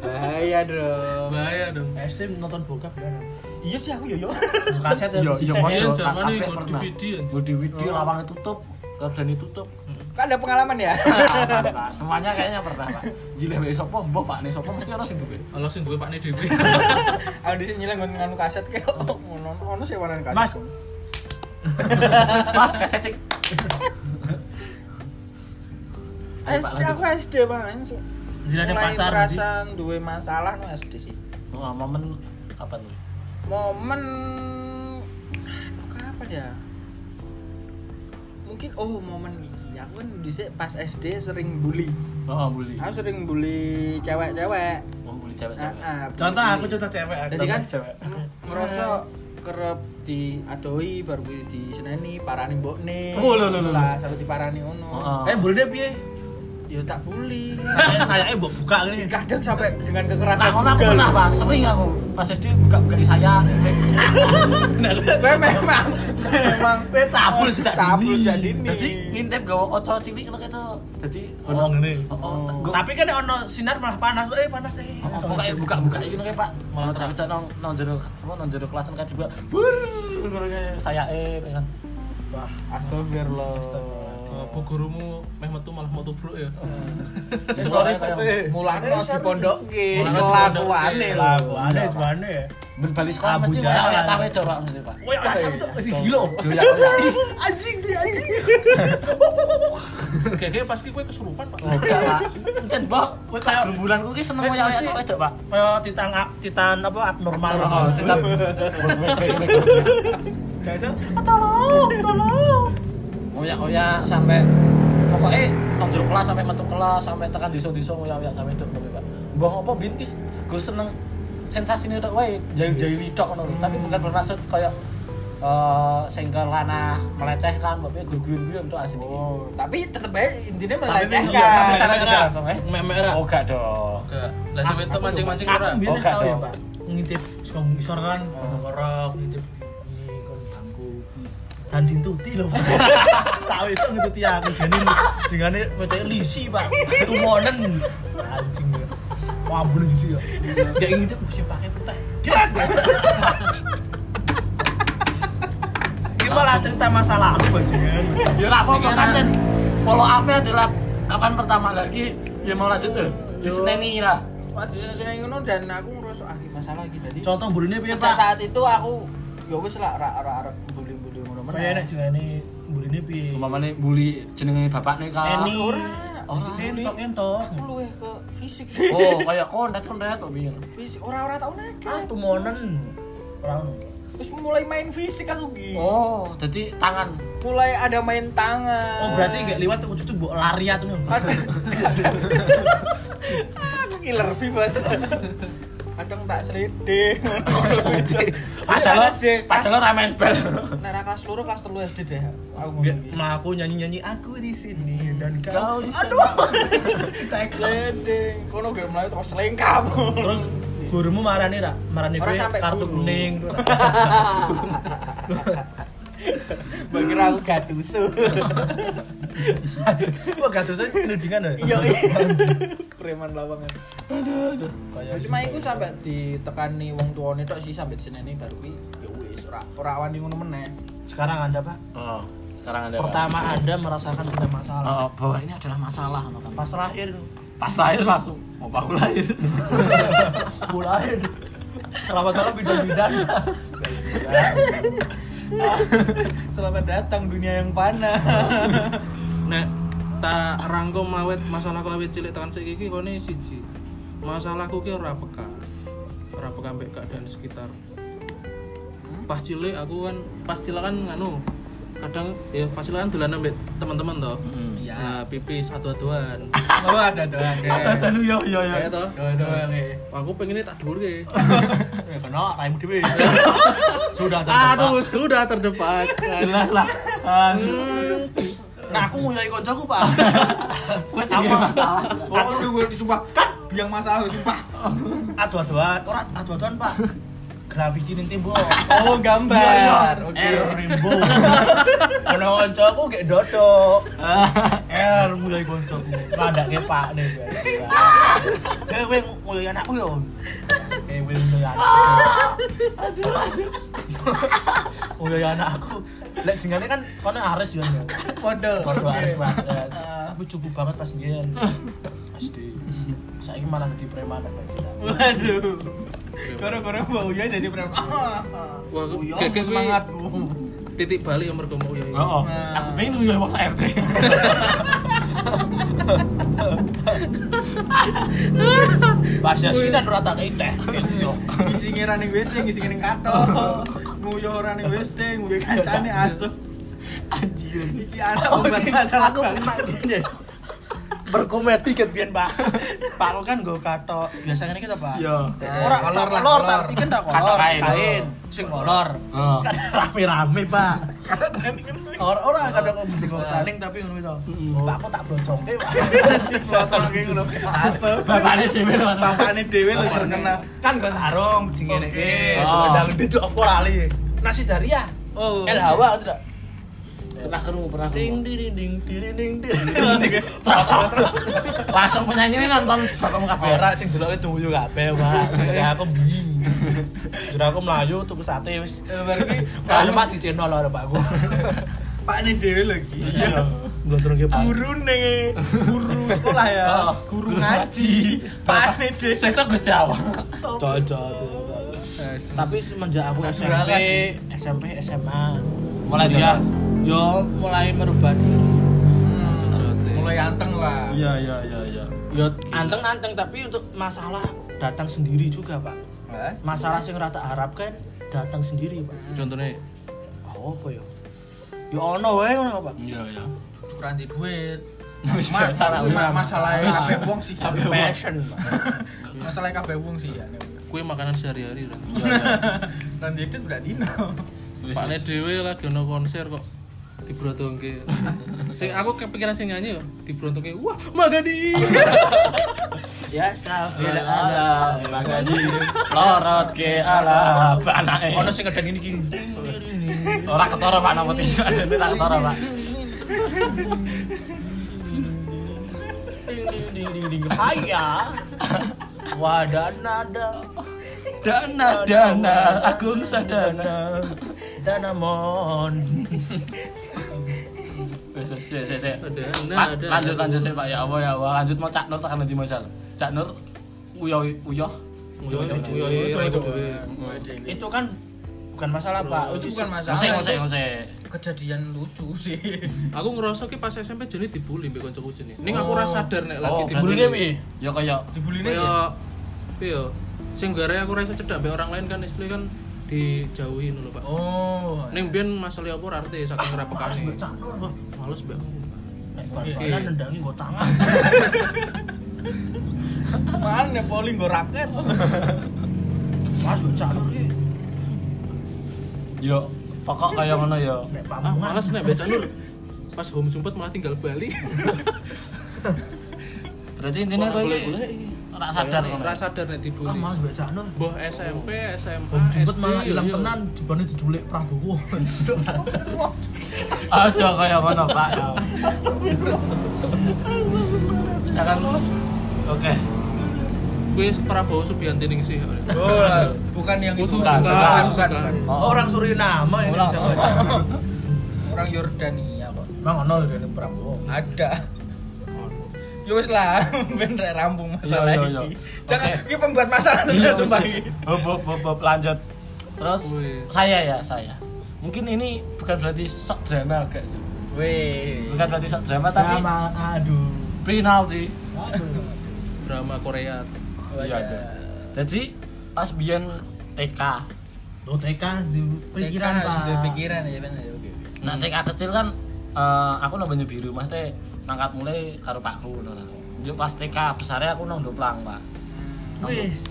Speaker 4: Bahaya dong.
Speaker 3: Bahaya dong.
Speaker 2: SD nonton bokap ya Nan?
Speaker 4: Iya sih aku yo yo.
Speaker 2: kaset
Speaker 1: Iya, iya,
Speaker 3: Eh,
Speaker 1: mono.
Speaker 3: zaman ini
Speaker 1: Kabeh
Speaker 3: mau
Speaker 1: pernah.
Speaker 3: DVD ya.
Speaker 1: Mau di video lawangnya tutup, dan ditutup.
Speaker 4: Kan ada pengalaman ya?
Speaker 1: Aman, Pak. Semuanya kayaknya pernah, Pak. Jileh wae sapa mbok, Pak. Nek sapa mesti ana sing duwe.
Speaker 3: Kalau sing duwe pakne dhewe.
Speaker 4: Audisi nyilang nggon nganu kaset kayak oh, ngono ono sih warna kaset.
Speaker 2: mas
Speaker 1: Mas, kaset cek.
Speaker 4: SD Eh, aku SD banget.
Speaker 2: Jadi ada
Speaker 4: Mulai
Speaker 2: pasar,
Speaker 4: perasaan duwe masalah no SD sih.
Speaker 1: Wah, momen kapan nih?
Speaker 4: Momen aduh kapan ya? Mungkin oh momen iki. Aku kan dhisik pas SD sering bully.
Speaker 1: Oh, bully.
Speaker 4: Aku sering bully cewek-cewek.
Speaker 1: Mau bully
Speaker 4: Ah,
Speaker 1: cewek-cewek.
Speaker 4: ah,
Speaker 2: contoh
Speaker 4: bully.
Speaker 2: aku contoh cewek aku.
Speaker 4: Jadi kan
Speaker 1: cewek.
Speaker 4: merasa kerep diadoi baru gue di seneni parani mbokne.
Speaker 1: Oh, lho, lho, lho, lho.
Speaker 4: Lah sampe diparani ono.
Speaker 1: Oh,
Speaker 2: eh boleh deh piye
Speaker 4: ya tak bully
Speaker 2: saya saya eh buat buka ini
Speaker 4: kadang sampai dengan
Speaker 1: Nah,
Speaker 4: kekerasan
Speaker 1: aku aku
Speaker 4: juga
Speaker 1: pernah bang, sering aku pas SD buka-buka saya.
Speaker 4: Memang- memang memang
Speaker 2: Eh, cabul sudah
Speaker 4: cabul
Speaker 2: dini.
Speaker 4: jadi ini
Speaker 1: Jadi ngintip gawa kaca cilik ngono gitu. Jadi
Speaker 2: Oh, ngene.
Speaker 1: Tapi
Speaker 2: tapi kan ono sinar malah panas eh panas eh
Speaker 1: buka Oh, buka-buka iki ngono kayak, Pak. Malah terpecah nang nang jero apa nang jero kelasan kan tiba bur ngono kayak sayake kan.
Speaker 2: Wah,
Speaker 4: astagfirullah
Speaker 3: Oh, bu gurumu meh metu malah mau tubruk
Speaker 1: Eh.
Speaker 3: ya.
Speaker 4: Wis
Speaker 1: Mulai
Speaker 4: pokoke
Speaker 1: kayak-
Speaker 4: mulane mau dipondokke
Speaker 3: Mulane
Speaker 4: kelakuane
Speaker 3: dipondokke.
Speaker 4: lho
Speaker 2: lagu aneh gimana ya
Speaker 1: Ben bali sekolah
Speaker 2: Abu
Speaker 1: mesti
Speaker 2: Jahal.
Speaker 1: kayak cawe jorok mesti, Pak.
Speaker 2: Woi, acam itu masih gila.
Speaker 1: Doyak doyak.
Speaker 2: ya,
Speaker 4: anjing dia anjing
Speaker 3: Kayaknya pas kowe kesurupan, Pak.
Speaker 1: Oh, enggak, Pak. Encen, Mbok,
Speaker 2: Wih,
Speaker 1: saya
Speaker 2: kayak-
Speaker 1: gerumbulanku ki seneng
Speaker 2: Wih,
Speaker 1: koyo
Speaker 2: mesti-
Speaker 1: cawe Pak.
Speaker 2: Eh, titan ap- titan apa abnormal.
Speaker 1: Oh, tetap.
Speaker 2: Ya itu, tolong, tolong.
Speaker 1: Oyak-oyak sampai pokoknya nang jero kelas sampai metu kelas sampai tekan desa-desa oyak-oyak cawe itu ngono Pak. Mbok apa bin ki gue seneng sensasinya tok wae, jahil-jahil tok ngono lho. Tapi bukan bermaksud kayak eh sengkel lanah melecehkan, tapi guyon-guyon tok asine iki.
Speaker 4: oh tapi tetep aja intinya
Speaker 1: iya, tapi
Speaker 4: melecehkan
Speaker 1: salah-
Speaker 2: Merah.
Speaker 1: langsung, eh.
Speaker 2: Merah.
Speaker 1: Oh, gak dong.
Speaker 3: Enggak. Lah sampe itu mancing-mancing
Speaker 2: Aku
Speaker 3: ora.
Speaker 2: biyen
Speaker 1: Oh,
Speaker 2: tau ya,
Speaker 1: kacau.
Speaker 2: Pak. Ngintip suka ngisor kan, ngorok ngintip ini kon bangku. Dan dintuti lho, Pak. Cawe itu ngintuti aku jane jengane metek lisi, Pak. Tumonen. Anjing. ya. Wah, bener sih ya. Dia ngintip mesti pakai putih. Gret. Ini malah cerita masa lalu, bajingan.
Speaker 1: Ya ora apa-apa
Speaker 3: Iya,
Speaker 1: kan
Speaker 3: nah.
Speaker 1: Cen. follow up adalah kapan pertama lagi ya mau lanjut eh diseneni lah.
Speaker 4: waktu sini-sini ngono dan aku ngerasa ah iki masalah iki dadi
Speaker 2: Contoh burine piye, Pak?
Speaker 4: sejak saat itu aku ya wis lah ra ra arep bully-bully ngono
Speaker 2: Kayak
Speaker 4: meneh
Speaker 2: Oh, iya, nek jengane burine piye?
Speaker 1: Umpamane bully jenenge bapakne kan.
Speaker 2: Eni.
Speaker 4: ora
Speaker 1: Ora.
Speaker 2: Entok, entok.
Speaker 4: aku luwih ke fisik sih
Speaker 1: Oh, kayak kondet-kondet kok biyen.
Speaker 4: fisik ora-ora tau
Speaker 2: Ah,
Speaker 4: nekat
Speaker 2: tumonen. Ora ono.
Speaker 4: terus mulai main fisik aku Gi.
Speaker 1: Oh, jadi tangan.
Speaker 4: mulai ada main tangan
Speaker 2: Oh berarti gak lewat tuh ucuk tuh buat lari atau nih?
Speaker 4: Kadang- kadang- aku killer bebas kadang tak selidih
Speaker 1: Padahal
Speaker 4: Kelas D, kelas-
Speaker 1: padahal ora main bel.
Speaker 4: Nek ra kelas loro kelas 3 SD deh aku ngomong iki.
Speaker 2: Nah, aku nyanyi nyanyi aku di sini dan kau
Speaker 1: Kau
Speaker 2: di
Speaker 1: di
Speaker 2: sana. Aduh.
Speaker 4: Selidih kono gak melayu terus selengkap
Speaker 2: Terus gurumu marani ra, marani
Speaker 4: Orang
Speaker 2: gue
Speaker 4: sampai
Speaker 2: kartu
Speaker 4: guru.
Speaker 2: kuning. tuh, Ra.
Speaker 4: Mbak kira aku gatuso
Speaker 2: Wah gak terus aja nudingan ya.
Speaker 4: iya iya. preman lawangan
Speaker 2: Kayak Iya, gitu.
Speaker 4: Ya, cuma iku sampe ditekani wong tuane tok sih sampe senene baru kuwi ya wis ora ora wani ngono meneh.
Speaker 2: Sekarang anda pak,
Speaker 1: Oh, sekarang ada.
Speaker 2: pertama anda merasakan punya masalah.
Speaker 1: Oh, bahwa ini adalah masalah no kan.
Speaker 2: Pas lahir,
Speaker 1: Pas lahir langsung mau aku lahir.
Speaker 2: aku lahir. Rawat-rawat bidan-bidan.
Speaker 4: Selamat datang dunia yang panas.
Speaker 3: Nek tak rangkum awet masalahku awet cilik tekan saiki iki kene siji. Masalahku ki ora peka. Ora peka ambek keadaan sekitar. Pas cilik aku kan pas cilik kan nganu kadang ya pas cilik kan dolan ambek teman-teman toh.
Speaker 1: Iya.
Speaker 3: Nah, pipis adu-aduan.
Speaker 2: Kamu ada tuh.
Speaker 1: Ada
Speaker 3: Kayak
Speaker 1: dulu yo yo yo.
Speaker 3: kayak toh.
Speaker 2: Ada tuh.
Speaker 3: Aku pengennya tak dure.
Speaker 2: Ya kena raimu dhewe. Sudah
Speaker 3: Aduh, sudah terdebat.
Speaker 1: Jelas lah.
Speaker 4: Hmm.
Speaker 2: Nah, aku nguyahi koncoku, Pak.
Speaker 1: Gue cuma masalah.
Speaker 4: Oh, gue disumpah kan biang masalah sumpah.
Speaker 2: Adu-aduan, ora adu-aduan, Pak. Grafiti ning Er tembok.
Speaker 4: Oh, gambar. Oke.
Speaker 2: R rainbow. Ono koncoku gek dodok. R mulai koncoku. Pandake Pak ne. Eh, kowe nguyahi anakku yo. Eh, kowe nguyahi anakku. Aduh. Nguyahi anakku. Lek jengane kan kono aris yo.
Speaker 4: Kode.
Speaker 2: Waduh, harus banget. Eh, Tapi cukup banget pas biyen. SD. Saiki malah jadi preman apa kita.
Speaker 4: Waduh. Koro-koro Mbak Uya jadi preman. Ah, ah.
Speaker 3: Wah,
Speaker 4: Uya,
Speaker 3: keke kuwi-
Speaker 4: semangatku.
Speaker 3: Titik balik yang mergo mau ya. iki.
Speaker 1: Oh, aku pengen yo waktu RT.
Speaker 2: Pasnya sih dan rata kayak teh. Yo.
Speaker 4: Ngisi ngira ning WC, ngisi ning katok. Nguyo ora ning WC, nguyo kancane astu.
Speaker 1: Anjir.
Speaker 2: Oh,
Speaker 4: Iki anak obat masalah banget.
Speaker 2: berkomedi ket biyen, Pak.
Speaker 4: Pak lo kan gue katok. Biasanya kita Pak. Eh,
Speaker 2: Iya.
Speaker 4: Ora
Speaker 2: Kolor,
Speaker 4: kolor kolor
Speaker 2: kolor.
Speaker 4: tapi kan tak
Speaker 1: Katok
Speaker 4: kolor.
Speaker 1: kain.
Speaker 4: Kain sing kolor.
Speaker 2: Kan rame-rame, Pak.
Speaker 4: Ora ora
Speaker 2: Kadang kok mesti kok taling tapi ngono itu. Pak aku tak blocongke, Pak. Blocongke ngono. Ase.
Speaker 1: Bapaknya dewe lho.
Speaker 2: Bapakne dhewe lu terkenal. Kan gak sarung jengene iki. Ndang itu apa lali. Nasi daria. Oh.
Speaker 4: El Hawa tidak.
Speaker 1: Pernah kerungu, pernah kerungu.
Speaker 2: Ding ding ding ding ding ding.
Speaker 1: Langsung penyanyi ini nonton Bapak Kabeh.
Speaker 2: Ora sing deloke doyo kabeh, Pak. Jadi aku bing. Jadi aku mlayu tuku sate wis. Kayak lemas di channel lho Pak aku.
Speaker 4: Pak ini dewe lagi.
Speaker 2: Iya. Blontrongke Pak.
Speaker 4: Guru nih, guru sekolah ya.
Speaker 1: Oh,
Speaker 4: Guru ngaji. Pak ini dewe.
Speaker 1: Sesok Gusti Allah.
Speaker 2: Cocok.
Speaker 1: Eh,
Speaker 2: Tapi semenjak aku SMP,
Speaker 4: sih.
Speaker 2: SMP, SMA,
Speaker 1: Mulai
Speaker 2: ya,
Speaker 1: dulu.
Speaker 2: yo mulai merubah diri.
Speaker 4: Mulai anteng lah.
Speaker 1: Iya, iya, iya, iya.
Speaker 2: Yo anteng-anteng tapi untuk masalah datang sendiri juga, Pak.
Speaker 4: Eh?
Speaker 2: Masalah sing rata harapkan datang sendiri, Pak.
Speaker 3: contohnya
Speaker 2: Oh, apa yo? Yo ono wae ngono, Pak.
Speaker 3: iya iya
Speaker 4: Cukuran di duit.
Speaker 1: Wis,
Speaker 4: Ma-
Speaker 1: salah, ulang.
Speaker 4: ma- masalahnya kabeh wong sih. ya.
Speaker 2: Passion, Pak.
Speaker 4: Masalahnya kabeh wong sih ya.
Speaker 3: kue makanan sehari-hari Ran.
Speaker 4: Dan dia udah dino.
Speaker 3: Pak Le dhewe lagi ono konser kok dibrontongke. Sing aku kepikiran sing nyanyi yo dibrontongke. Wah, Magadi.
Speaker 2: Ya,
Speaker 4: Iya,
Speaker 2: safir
Speaker 1: Bila
Speaker 2: ala.
Speaker 1: Allah magadi lorot ke Allah anake.
Speaker 2: Ono sing ngedang ini gini.
Speaker 1: Ora ketara Pak napa tisu ada ora ketara Pak.
Speaker 2: Ding ding ding ding ding. Haya. Wadah nada.
Speaker 1: Dana dana agung sadana.
Speaker 2: Dana mon.
Speaker 1: Wis wis sik sik sik.
Speaker 3: Dana,
Speaker 1: Ma-
Speaker 3: dana.
Speaker 1: Lanjut lanjut sik Pak ya Allah ya Allah lanjut mau Cak Nur tekan nanti Mas. Cak Nur uyoh uyoh.
Speaker 3: Yo yo yo
Speaker 4: Itu- itu-
Speaker 3: dhewe.
Speaker 4: itu- itu-
Speaker 2: Itu kan bukan masalah, Pak.
Speaker 4: itu bukan masalah.
Speaker 1: Ngosek ngosek ngosek.
Speaker 4: Kejadian lucu sih.
Speaker 3: Aku ngerasa ki pas SMP jene dibully mbek kancaku jene. Ning aku ora sadar nek lagi
Speaker 1: Oh,
Speaker 2: Dibully
Speaker 3: dibully.
Speaker 2: piye?
Speaker 1: Ya kaya
Speaker 4: Dibulinya ya.
Speaker 3: Kaya piye yo? Sing gara aku ora iso cedak mbek orang lain kan istri kan dijauhin lho, Pak.
Speaker 4: Oh.
Speaker 3: Ning biyen masalah apa ora arti
Speaker 1: Ah,
Speaker 3: saking
Speaker 2: Males
Speaker 3: rapekane.
Speaker 2: mbak Canur, Pak.
Speaker 3: Males mbek aku.
Speaker 2: Nek bal-balan nendangi nggo tangan.
Speaker 4: Mana poli gue ya, raket.
Speaker 2: Mas mbak Canur iki
Speaker 1: yo pokok kaya ya, ngono ya. yo.
Speaker 2: nek
Speaker 3: Ah,
Speaker 2: pamungan.
Speaker 3: males nek mbek Canur. Pas home jumpet malah tinggal Bali.
Speaker 1: Berarti intinya kowe iki ora sadar
Speaker 3: Kayaknya
Speaker 1: ngono.
Speaker 3: ora sadar nek
Speaker 2: Ah,
Speaker 3: dibully.
Speaker 2: Mas mbak Canur.
Speaker 3: Boh SMP, SMA,
Speaker 2: Om cepet
Speaker 3: SD,
Speaker 2: malah
Speaker 3: iya,
Speaker 2: hilang
Speaker 3: iya.
Speaker 2: tenan, jebane diculik Prabowo.
Speaker 1: Aja kaya ngono Pak. ya. Jangan Oke.
Speaker 3: Gue Prabowo Subianti ning sih.
Speaker 4: Oh, bukan yang itu.
Speaker 3: Butuh
Speaker 1: bukan,
Speaker 3: suka,
Speaker 1: bukan.
Speaker 3: bukan.
Speaker 1: Oh,
Speaker 2: Orang Suriname ini.
Speaker 1: Orang
Speaker 2: sama-
Speaker 4: Orang Yordania kok.
Speaker 2: Emang ono dari Prabowo.
Speaker 4: Ada. Ya wis lah, ben rek rampung masalah
Speaker 1: Iya, iya,
Speaker 4: iki.
Speaker 1: iya.
Speaker 4: Jangan
Speaker 1: Oke.
Speaker 4: iki pembuat masalah
Speaker 1: Iya,
Speaker 4: terus coba
Speaker 1: wis,
Speaker 4: iki.
Speaker 1: wis. Bob, bob, bob, bob, lanjut. Terus
Speaker 3: Wih.
Speaker 1: saya ya, saya. Mungkin ini bukan berarti sok drama agak sih.
Speaker 4: Weh.
Speaker 1: Bukan berarti sok drama tapi
Speaker 2: Sama aduh.
Speaker 1: penalti.
Speaker 2: Aduh.
Speaker 3: Drama Korea.
Speaker 4: Eh,
Speaker 1: Iya, ada. Jadi pas biyen TK.
Speaker 2: Lo TK di pikiran
Speaker 4: Pikiran sudah
Speaker 2: Pak.
Speaker 4: pikiran ya benar. Oke, oke.
Speaker 1: Nah, TK kecil kan eh, aku nang Banyu Biru, Mas teh mangkat mulai karo Pakku ngono. Njuk pas TK besarnya aku nang Doplang, Pak.
Speaker 4: Hmm.
Speaker 2: Wis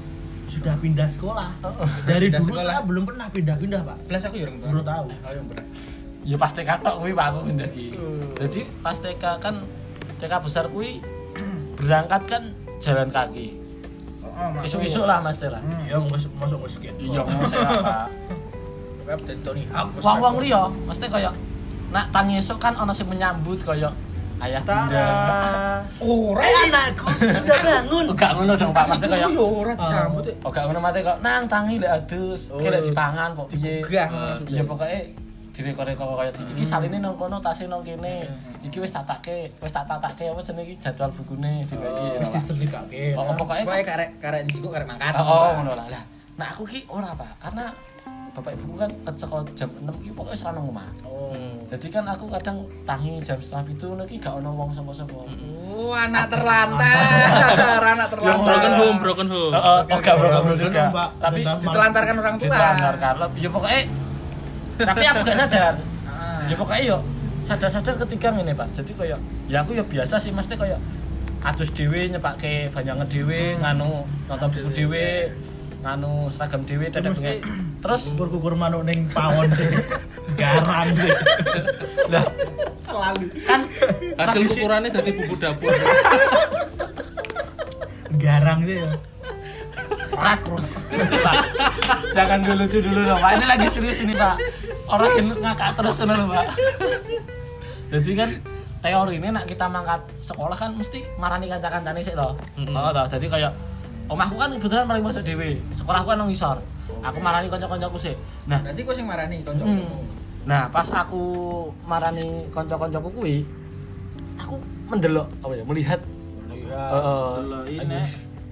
Speaker 2: sudah pindah sekolah. Dari
Speaker 4: Pindah
Speaker 2: dulu
Speaker 4: sekolah.
Speaker 2: saya belum pernah pindah-pindah, Pak.
Speaker 4: Belas aku ya orang
Speaker 2: Belum tahu.
Speaker 4: Oh, yang berat.
Speaker 1: ya pas TK tok kuwi Pak aku pindah iki. Jadi pas TK kan TK besar kuwi berangkat kan jalan kaki.
Speaker 4: Oh, oh, mak.
Speaker 1: Isu-isu lah Mas Teh lah.
Speaker 4: Hmm.
Speaker 2: Iya, masuk masuk ke sekian.
Speaker 1: Iya mau saya Pak.
Speaker 4: Web dan Tony Hawk.
Speaker 1: Wong-wong liya mesti kaya nak tangi esuk kan ana sing menyambut kaya ayah bunda.
Speaker 2: Tara.
Speaker 4: Ora
Speaker 2: Anakku sudah bangun.
Speaker 1: Enggak ngono dong Eh, Pak mesti kaya
Speaker 4: yo ya ora disambut. eh.
Speaker 1: Oh gak ngono mate kok nang tangi lek adus, ki lek dipangan kok piye.
Speaker 4: Gah.
Speaker 1: Ya pokoke direko-reko kaya di- iki saline nang kono tase nang kene. Iki wis tak take, wis tak tatake apa jenenge iki jadwal bukune dibagi.
Speaker 2: Wis diserlikake.
Speaker 1: Pokok- Pokoknya
Speaker 4: Pokoknya karek karek njiko karek mangkat.
Speaker 1: Oh, oh ngono lah. Lah, nah aku ki ora, Pak. Karena bapak ibu kan keceko jam 6 ki pokoke serana omah.
Speaker 4: Oh.
Speaker 1: Jadi kan aku kadang tangi jam setengah itu nanti gak ono wong sapa-sapa.
Speaker 4: Oh, anak terlantar, anak
Speaker 3: Broken
Speaker 4: terlantar.
Speaker 3: home, broken home.
Speaker 1: Heeh, oh, gak bro, gak bro
Speaker 2: Bener,
Speaker 1: juga.
Speaker 2: Mbak.
Speaker 1: Tapi
Speaker 2: Bener, Mbak.
Speaker 4: Ditelantarkan orang tua.
Speaker 1: ditelantar Carlop. Ya pokoknya tapi aku gak sadar.
Speaker 4: Ah.
Speaker 1: Ya pokoknya yo sadar-sadar ketika ngene, Pak. Jadi koyo ya aku ya biasa sih mesti koyo adus dhewe nyepake banyangan dhewe nganu nonton buku dhewe nganu seragam dhewe dadak
Speaker 2: Mesti-
Speaker 1: bengi. Terus
Speaker 2: kukur-kukur manuk ning pawon sih. Garang sih. Lah,
Speaker 1: kan
Speaker 3: hasil
Speaker 1: tradisi-
Speaker 3: ukurannya dari bumbu dapur
Speaker 2: garang sih. ya.
Speaker 1: Rak, Bro. Pak, jangan gue lucu dulu dong pak ini lagi serius ini pak orang gendut ngakak terus dulu pak jadi kan teori ini nak kita mangkat sekolah kan mesti marani kanca-kancane sih toh oh toh jadi kayak omahku kan kebetulan paling masuk dewi sekolahku kan nang ngisor aku marani kanca-kancaku sih nah
Speaker 4: Berarti kok sing marani kanca.
Speaker 1: Hmm. Nah, pas aku marani kanca-kancaku kuwi, aku mendelok apa ya, melihat eh, eh,
Speaker 3: delok ini.
Speaker 1: aduh,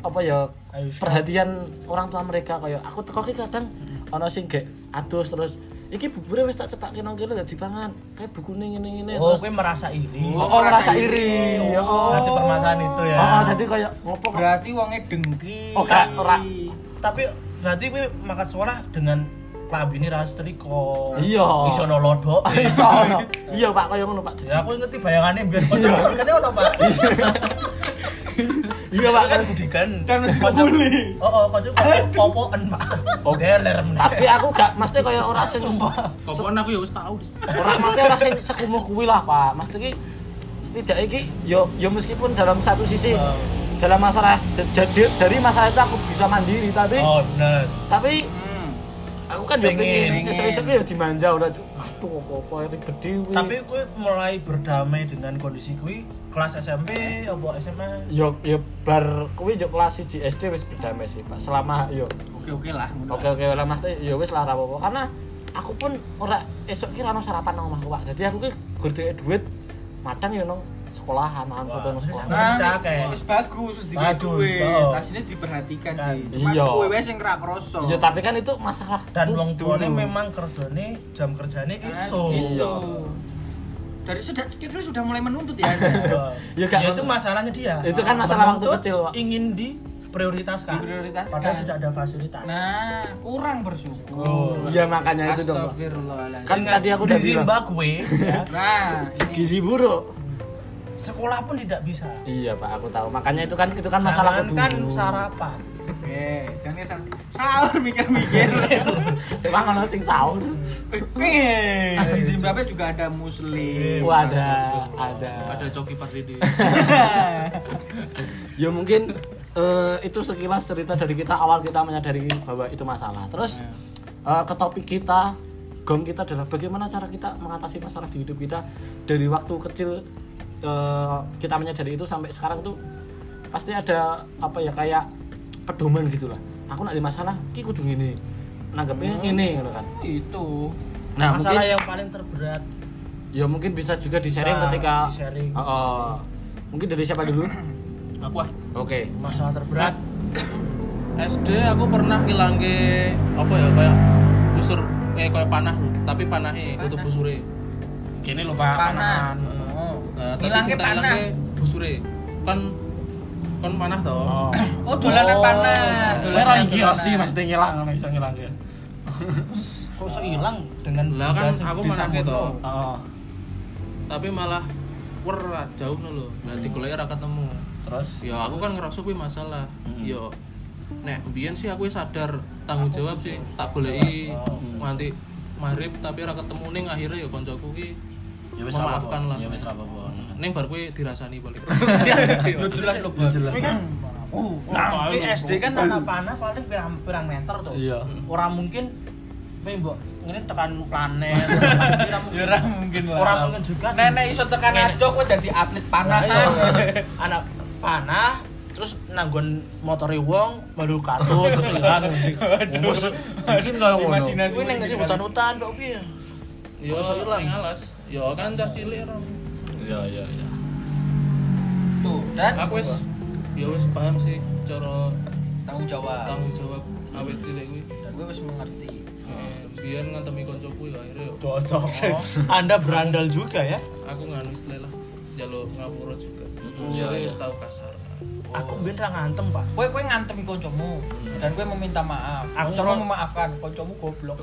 Speaker 1: apa ya
Speaker 2: Aduh.
Speaker 1: perhatian orang tua mereka kayak aku teko ki kadang ana sing gek adus terus iki bubure wis tak cepake nang kene dadi pangan. Kayak bukune ngene-ngene
Speaker 2: Oh,
Speaker 1: terus
Speaker 2: kowe merasa iri.
Speaker 1: Oh, oh, merasa iri. Ya oh.
Speaker 2: Berarti permasalahan itu ya.
Speaker 1: Oh, oh, jadi kayak ngopo kok.
Speaker 4: Berarti wonge dengki.
Speaker 1: Oh, gak, ora.
Speaker 2: Tapi berarti kowe makan sekolah dengan klambine ras triko.
Speaker 1: Iya.
Speaker 2: Iso nolodok.
Speaker 1: Iso ono. Iya, Pak, kaya ngono, Pak. Jadi-
Speaker 2: Ya aku ngerti bayangannya biar kocok. Kan ono, Pak.
Speaker 1: Iya, Pak.
Speaker 2: Pak kan budikan.
Speaker 4: Kan
Speaker 2: Kocok. Oh, oh, kocok kok popoen, Pak. Deler meneh.
Speaker 1: Oh. Tapi aku gak mesti kayak ora sing
Speaker 3: kapan aku ya wis tau dis.
Speaker 1: ora mesti ora sing sekumuh kuwi lah pak mesti ki setidaknya ki yo yo meskipun dalam satu sisi
Speaker 2: Oh.
Speaker 1: dalam masalah j- jadi dari masalah itu aku bisa mandiri tapi
Speaker 2: Oh, bener.
Speaker 1: tapi
Speaker 4: Hmm.
Speaker 1: aku kan yo
Speaker 2: Pengen.
Speaker 1: pengen esok-esok ki yo dimanja ora tuh aduh apa-apa ribet dhewe
Speaker 2: Tapi kowe mulai berdamai dengan kondisi kowe kelas SMP apa SMA?
Speaker 1: yo yo Ya, bar kuwi yo kelas 1 SD wis berdamai sih pak selama yo
Speaker 3: oke oke lah ngono.
Speaker 1: oke oke lah mas yo wis lah ora apa-apa karena aku pun ora esok ki rano sarapan nang omahku pak jadi aku ki gur duwe duit madang yo nang sekolahan makan soto nang sekolah
Speaker 4: Nah,
Speaker 2: Kita
Speaker 4: wis-
Speaker 2: kayak-
Speaker 4: wis bagus, wis dikit
Speaker 2: Bagus,
Speaker 4: duit.
Speaker 2: oh.
Speaker 4: Asline diperhatikan
Speaker 2: Kan.
Speaker 4: sih. Cuma
Speaker 1: Iya.
Speaker 4: kowe wae sing kerak kroso.
Speaker 1: Ya tapi kan itu masalah
Speaker 2: Dan wong
Speaker 1: dulu.
Speaker 2: tuane memang kerjane jam kerjane iso.
Speaker 4: Itu.
Speaker 1: Iya.
Speaker 4: gitu. Dari sudah kita sudah mulai menuntut ya.
Speaker 1: Ya,
Speaker 2: Ya,
Speaker 1: gak-
Speaker 2: itu masalahnya dia.
Speaker 1: Itu kan masalah waktu
Speaker 2: Menuntut
Speaker 1: kecil, Pak.
Speaker 2: Ingin diprioritaskan.
Speaker 4: Diprioritaskan.
Speaker 2: Padahal sudah ada fasilitas.
Speaker 4: nah, kurang bersyukur.
Speaker 2: Oh.
Speaker 1: Ya makanya itu dong. Pak.
Speaker 4: Astagfirullahaladzim.
Speaker 1: Kan tadi aku udah
Speaker 2: di
Speaker 1: bilang.
Speaker 2: Zimbabwe ya,
Speaker 4: Nah, ini
Speaker 1: Gizi buruk.
Speaker 2: sekolah pun tidak bisa.
Speaker 1: Iya Pak, aku tahu. Makanya itu kan itu kan masalah dulu.
Speaker 2: kan sarapan.
Speaker 4: eh jangan kesan sahur mikir-mikir.
Speaker 1: Emang ono sing sahur.
Speaker 4: Eh, di Zimbabwe juga ada muslim.
Speaker 1: Wah, ada ada.
Speaker 3: ada coki patri di
Speaker 1: Ya mungkin eh, itu sekilas cerita dari kita awal kita menyadari bahwa itu masalah. Terus eh, ke topik kita gong kita adalah bagaimana cara kita mengatasi masalah di hidup kita dari waktu kecil eh, kita menyadari itu sampai sekarang tuh pasti ada apa ya kayak pedoman gitulah. Aku nak ada masalah, ki kudu ngene. Nanggepnya ngene ngono kan.
Speaker 4: Itu.
Speaker 1: Nah,
Speaker 2: masalah
Speaker 1: mungkin
Speaker 2: yang paling terberat
Speaker 1: ya mungkin bisa juga di-sharing
Speaker 2: Nah,
Speaker 1: ketika
Speaker 2: di-sharing.
Speaker 1: Oh, oh. mungkin dari siapa dulu?
Speaker 3: aku ah
Speaker 1: Oke.
Speaker 2: masalah terberat
Speaker 3: SD aku pernah ngilang ke apa ya kayak busur eh kayak panah lho tapi panahnya
Speaker 4: Panah.
Speaker 3: itu busure
Speaker 1: Kini lupa
Speaker 4: Panah. Oh.
Speaker 3: nah, tapi
Speaker 4: Ngilangke
Speaker 3: sing tak
Speaker 4: panah.
Speaker 3: ilangke busure kan kan panah toh
Speaker 4: Oh, dolanan
Speaker 2: Oh.
Speaker 4: panah.
Speaker 1: Kowe
Speaker 4: Dolanan
Speaker 1: ra iki
Speaker 4: panah.
Speaker 1: osi mesti ngilang, nek iso ngilang ya.
Speaker 2: kok iso hilang dengan
Speaker 3: lah kan
Speaker 2: benda
Speaker 3: aku
Speaker 2: segede
Speaker 3: manake
Speaker 2: Samudra?
Speaker 3: toh
Speaker 1: Oh,
Speaker 3: tapi malah wer jauh no lho berarti kuliah ra ketemu
Speaker 1: terus
Speaker 3: ya aku kan ngerasa kuwi masalah ya nek mbiyen sih aku sadar tanggung jawab sih tak goleki nganti maghrib tapi ora ketemu ning akhirnya ya kancaku ki
Speaker 1: ya wis
Speaker 3: Memaafkan lah.
Speaker 1: Ya wis ra apa-apa.
Speaker 3: ning bar kuwi dirasani balik
Speaker 4: Lu jelas lu Bang.
Speaker 2: Ini kan
Speaker 4: Oh,
Speaker 2: nah,
Speaker 3: tahu
Speaker 2: di
Speaker 3: lho.
Speaker 2: SD kan anak panah paling pirang, pirang meter tuh
Speaker 1: Iya.
Speaker 2: orang mungkin mbok ngene tekan planet ora mungkin.
Speaker 4: Ya ora mungkin lah.
Speaker 2: Ora mungkin juga
Speaker 4: Nenek iso tekan
Speaker 2: Nenek.
Speaker 4: adoh kowe dadi atlet panah
Speaker 2: Iya.
Speaker 4: kan.
Speaker 2: anak panah terus nanggon motori wong baru kartu terus hilang
Speaker 1: Terus mungkin kaya ngono.
Speaker 4: Imajinasi.
Speaker 2: kuwi ning ngendi hutan-hutan kok piye
Speaker 3: yo ning alas yo kan cah cilik ora
Speaker 1: Iya, iya, iya.
Speaker 4: Tuh, dan
Speaker 3: aku wis ya wis paham sih cara
Speaker 4: tanggung jawab.
Speaker 3: tanggung jawab awet cilik kuwi
Speaker 4: Dan gue wis mengerti.
Speaker 3: Eh, biyen ngantemi kancaku ya akhirnya yo
Speaker 2: dosok Oh. Anda berandal juga ya
Speaker 3: aku nganu istilah lah jaluk ngapura juga
Speaker 1: iya,
Speaker 3: Soalnya
Speaker 1: iya.
Speaker 3: wis tau kasar
Speaker 2: aku mbien ra ngantem Pak
Speaker 4: Kowe kowe ngantemi kancamu dan kowe meminta maaf.
Speaker 2: Aku
Speaker 4: Kancamu
Speaker 2: ngero-
Speaker 4: memaafkan, kancamu goblok.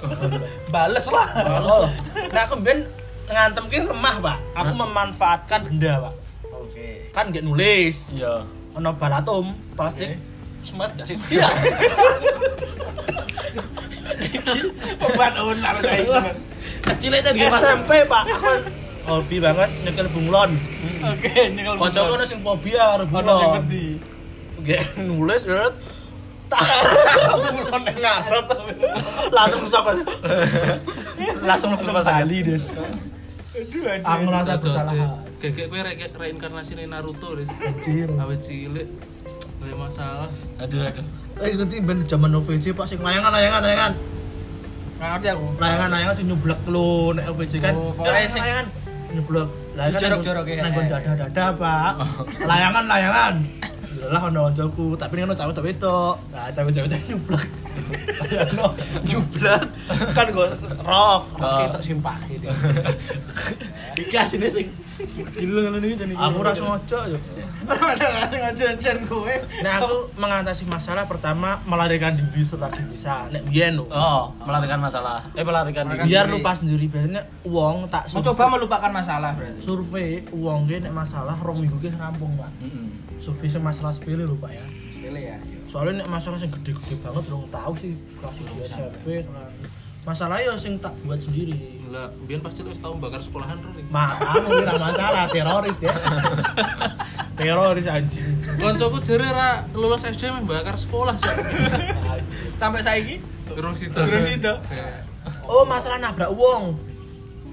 Speaker 4: Bales lah.
Speaker 2: Oh. Nah, aku ben ngantem ki lemah, Pak. Aku memanfaatkan benda, Pak.
Speaker 4: Oke.
Speaker 2: kan gak nulis
Speaker 1: Iya.
Speaker 2: ono balatom plastik semet gak sih iya
Speaker 4: Obat ular kayak gitu.
Speaker 1: Kecil itu
Speaker 2: Di SMP pak aku hobi banget nyekel bunglon
Speaker 4: Oke, nyekel.
Speaker 2: kocok Hmm. ono sing fobia karo
Speaker 4: Ono sing
Speaker 2: bunglon
Speaker 4: wedi.
Speaker 2: gak nulis berat bunglon yang ngarep langsung sok
Speaker 1: langsung lu ke rumah sakit.
Speaker 2: des
Speaker 4: Aduh, aduh.
Speaker 2: aku ngerasa
Speaker 3: Cocok,
Speaker 2: bersalah
Speaker 3: Des. Gegek kowe re reinkarnasi Naruto, Riz.
Speaker 2: Anjir.
Speaker 3: Awet cilik. Gak masalah.
Speaker 1: Aduh aduh.
Speaker 2: Eh ngerti ben zaman OVJ pak sing layangan layangan layangan
Speaker 4: Nggak ngerti aku.
Speaker 2: layangan layangan sing nyeblek lo nek OVJ kan.
Speaker 4: Oh, pokoknya
Speaker 2: layangan
Speaker 4: sing-
Speaker 2: layangan nyeblek. Layangan
Speaker 4: Jorok-jorok ya.
Speaker 2: Nang dada dada pak. Layangan layangan. Lah ono onjoku, tapi ngono cawet cawet itu. Nah, cawet cawet itu nyeblek. Ono nyeblek. Kan gue rok, rok
Speaker 1: Oh.
Speaker 2: itu sing pake deh.
Speaker 1: Iki asine sing gila ngono iki jenenge.
Speaker 2: Aku ras ngojo yo.
Speaker 4: Masalah ngajen-ngajen kowe.
Speaker 2: Nah, aku mengatasi masalah pertama melarikan diri selagi bisa. Nek biyen lho.
Speaker 1: Oh, melarikan masalah. Eh melarikan diri.
Speaker 2: biar lupa sendiri biasanya uang tak
Speaker 4: Mencoba melupakan masalah berarti.
Speaker 2: survei uang gue nek masalah rong minggu gue rampung pak
Speaker 1: Mm-mm.
Speaker 2: survei sing masalah sepele lho pak ya
Speaker 4: Sepele ya.
Speaker 2: soalnya nek masalah yang gede-gede banget belum tahu sih kelas uji SMP kan. masalah ya sing tak buat sendiri
Speaker 3: Enggak, biyen pasti lu wis tau bakar sekolahan, Ro. Ri.
Speaker 2: makanya kira masalah teroris dia teroris anjing
Speaker 3: Koncoku jere ra lulus SD meh bakar sekolah sih.
Speaker 2: Anjing.
Speaker 4: Sampai saiki
Speaker 3: Urung sida.
Speaker 4: Urung sida.
Speaker 3: Iya.
Speaker 2: oh masalah nabrak uang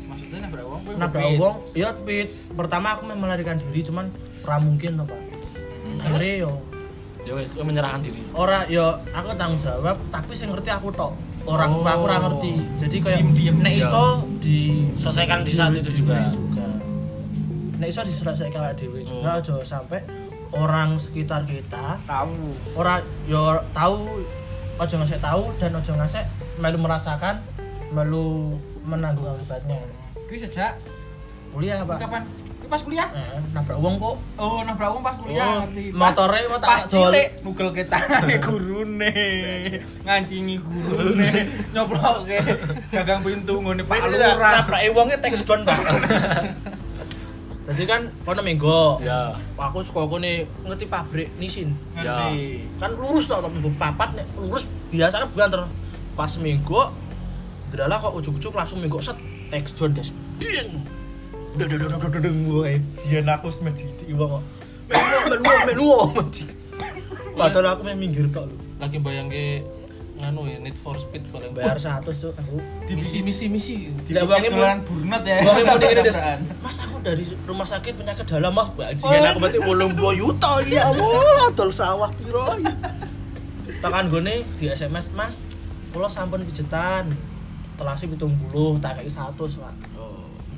Speaker 4: maksudnya nabrak wong kowe
Speaker 2: nabrak
Speaker 4: ngepit.
Speaker 2: uang ya pit pertama aku memang melarikan diri cuman pra mungkin loh pak akhirnya yo
Speaker 1: Ya wis, kowe menyerahkan diri.
Speaker 2: ora yo aku tanggung jawab tapi sing ngerti aku tok orang
Speaker 1: Oh.
Speaker 2: aku ora ngerti jadi kayak
Speaker 4: Diem-diem.
Speaker 2: nek
Speaker 1: Iya.
Speaker 2: iso di
Speaker 1: Selesaikan di saat itu juga.
Speaker 2: nek iso diselesaikan awake dhewe
Speaker 3: Oh.
Speaker 1: Hmm.
Speaker 2: juga aja sampai orang sekitar kita
Speaker 4: Tahu.
Speaker 2: ora yo tahu ojo ngasih tahu dan ojo ngasih melu merasakan melu menanggung akibatnya
Speaker 4: Kuwi sejak
Speaker 2: kuliah pak
Speaker 4: kapan? Kuwi pas kuliah.
Speaker 2: Eh, nabrak uang kok
Speaker 4: Oh, nabrak wong pas kuliah
Speaker 2: Oh,
Speaker 4: ngerti. Pas-
Speaker 2: motore mau tak
Speaker 4: pas
Speaker 2: dol.
Speaker 4: cilik nugel ke tangane gurune ngancingi gurune nyoploke gagang pintu ngene Pak Lurah
Speaker 2: nabrak uangnya teks don pak jadi kan kono minggu
Speaker 1: Ya.
Speaker 2: aku suka aku nih ngerti pabrik nisin
Speaker 4: ngerti
Speaker 2: kan lurus loh tapi minggu papat nih lurus biasa kan bulan ter pas minggu adalah kok ujuk-ujuk langsung minggu set text down des ding dadadadadadadeng gue dia aku semua jadi iwa kok menuo menuo menuo padahal aku main minggir kok lu
Speaker 3: Lagi bayangke nganu ya Need for Speed paling
Speaker 2: bayar satu tuh aku
Speaker 3: misi misi misi.
Speaker 2: Lah, wongnya
Speaker 4: dibikin dolanan burnut ya
Speaker 2: Wongnya mau dikira, Des.
Speaker 4: Tabrakan.
Speaker 2: Mas aku dari rumah sakit penyakit dalam mas bajingan aku berarti belum dua yuta Oh, ya Allah adol sawah piro ya. Tekan gue di SMS mas, kalau sampun pijetan telasi pitung buluh, tak kayak satu pak.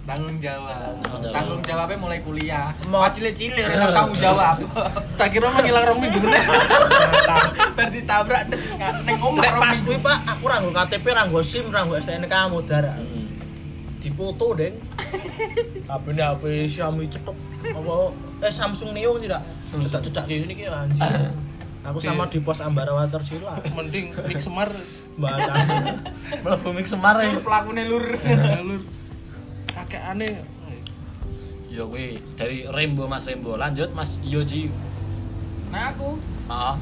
Speaker 4: tanggung jawab
Speaker 1: Tanggung jawab.
Speaker 4: tanggung jawabnya mulai kuliah
Speaker 2: Mau-
Speaker 4: mau cilik-cilik ora tau tanggung jawab
Speaker 3: Tak kira mah ngilang rong minggu meneh.
Speaker 4: berarti tabrak des nggak- neng omah
Speaker 2: Nek pas gue pak, aku ranggo KTP, ranggo SIM, ranggo SNK, mudara.
Speaker 1: Mm.
Speaker 2: Dipoto deng. HP ini HP Xiaomi cetok, apa eh Samsung Neo tidak, cetak-cetak kayak gini kayak anjing. Aku sama di pos Ambarawa tersila.
Speaker 3: Mending mix semar
Speaker 2: Mbak
Speaker 1: Mlebu mik semar ya.
Speaker 4: pelakune lur
Speaker 3: alur kakek aneh.
Speaker 1: Ya kuwi dari Rembo Mas Rembo. Lanjut Mas Yoji.
Speaker 4: nah aku
Speaker 1: Heeh.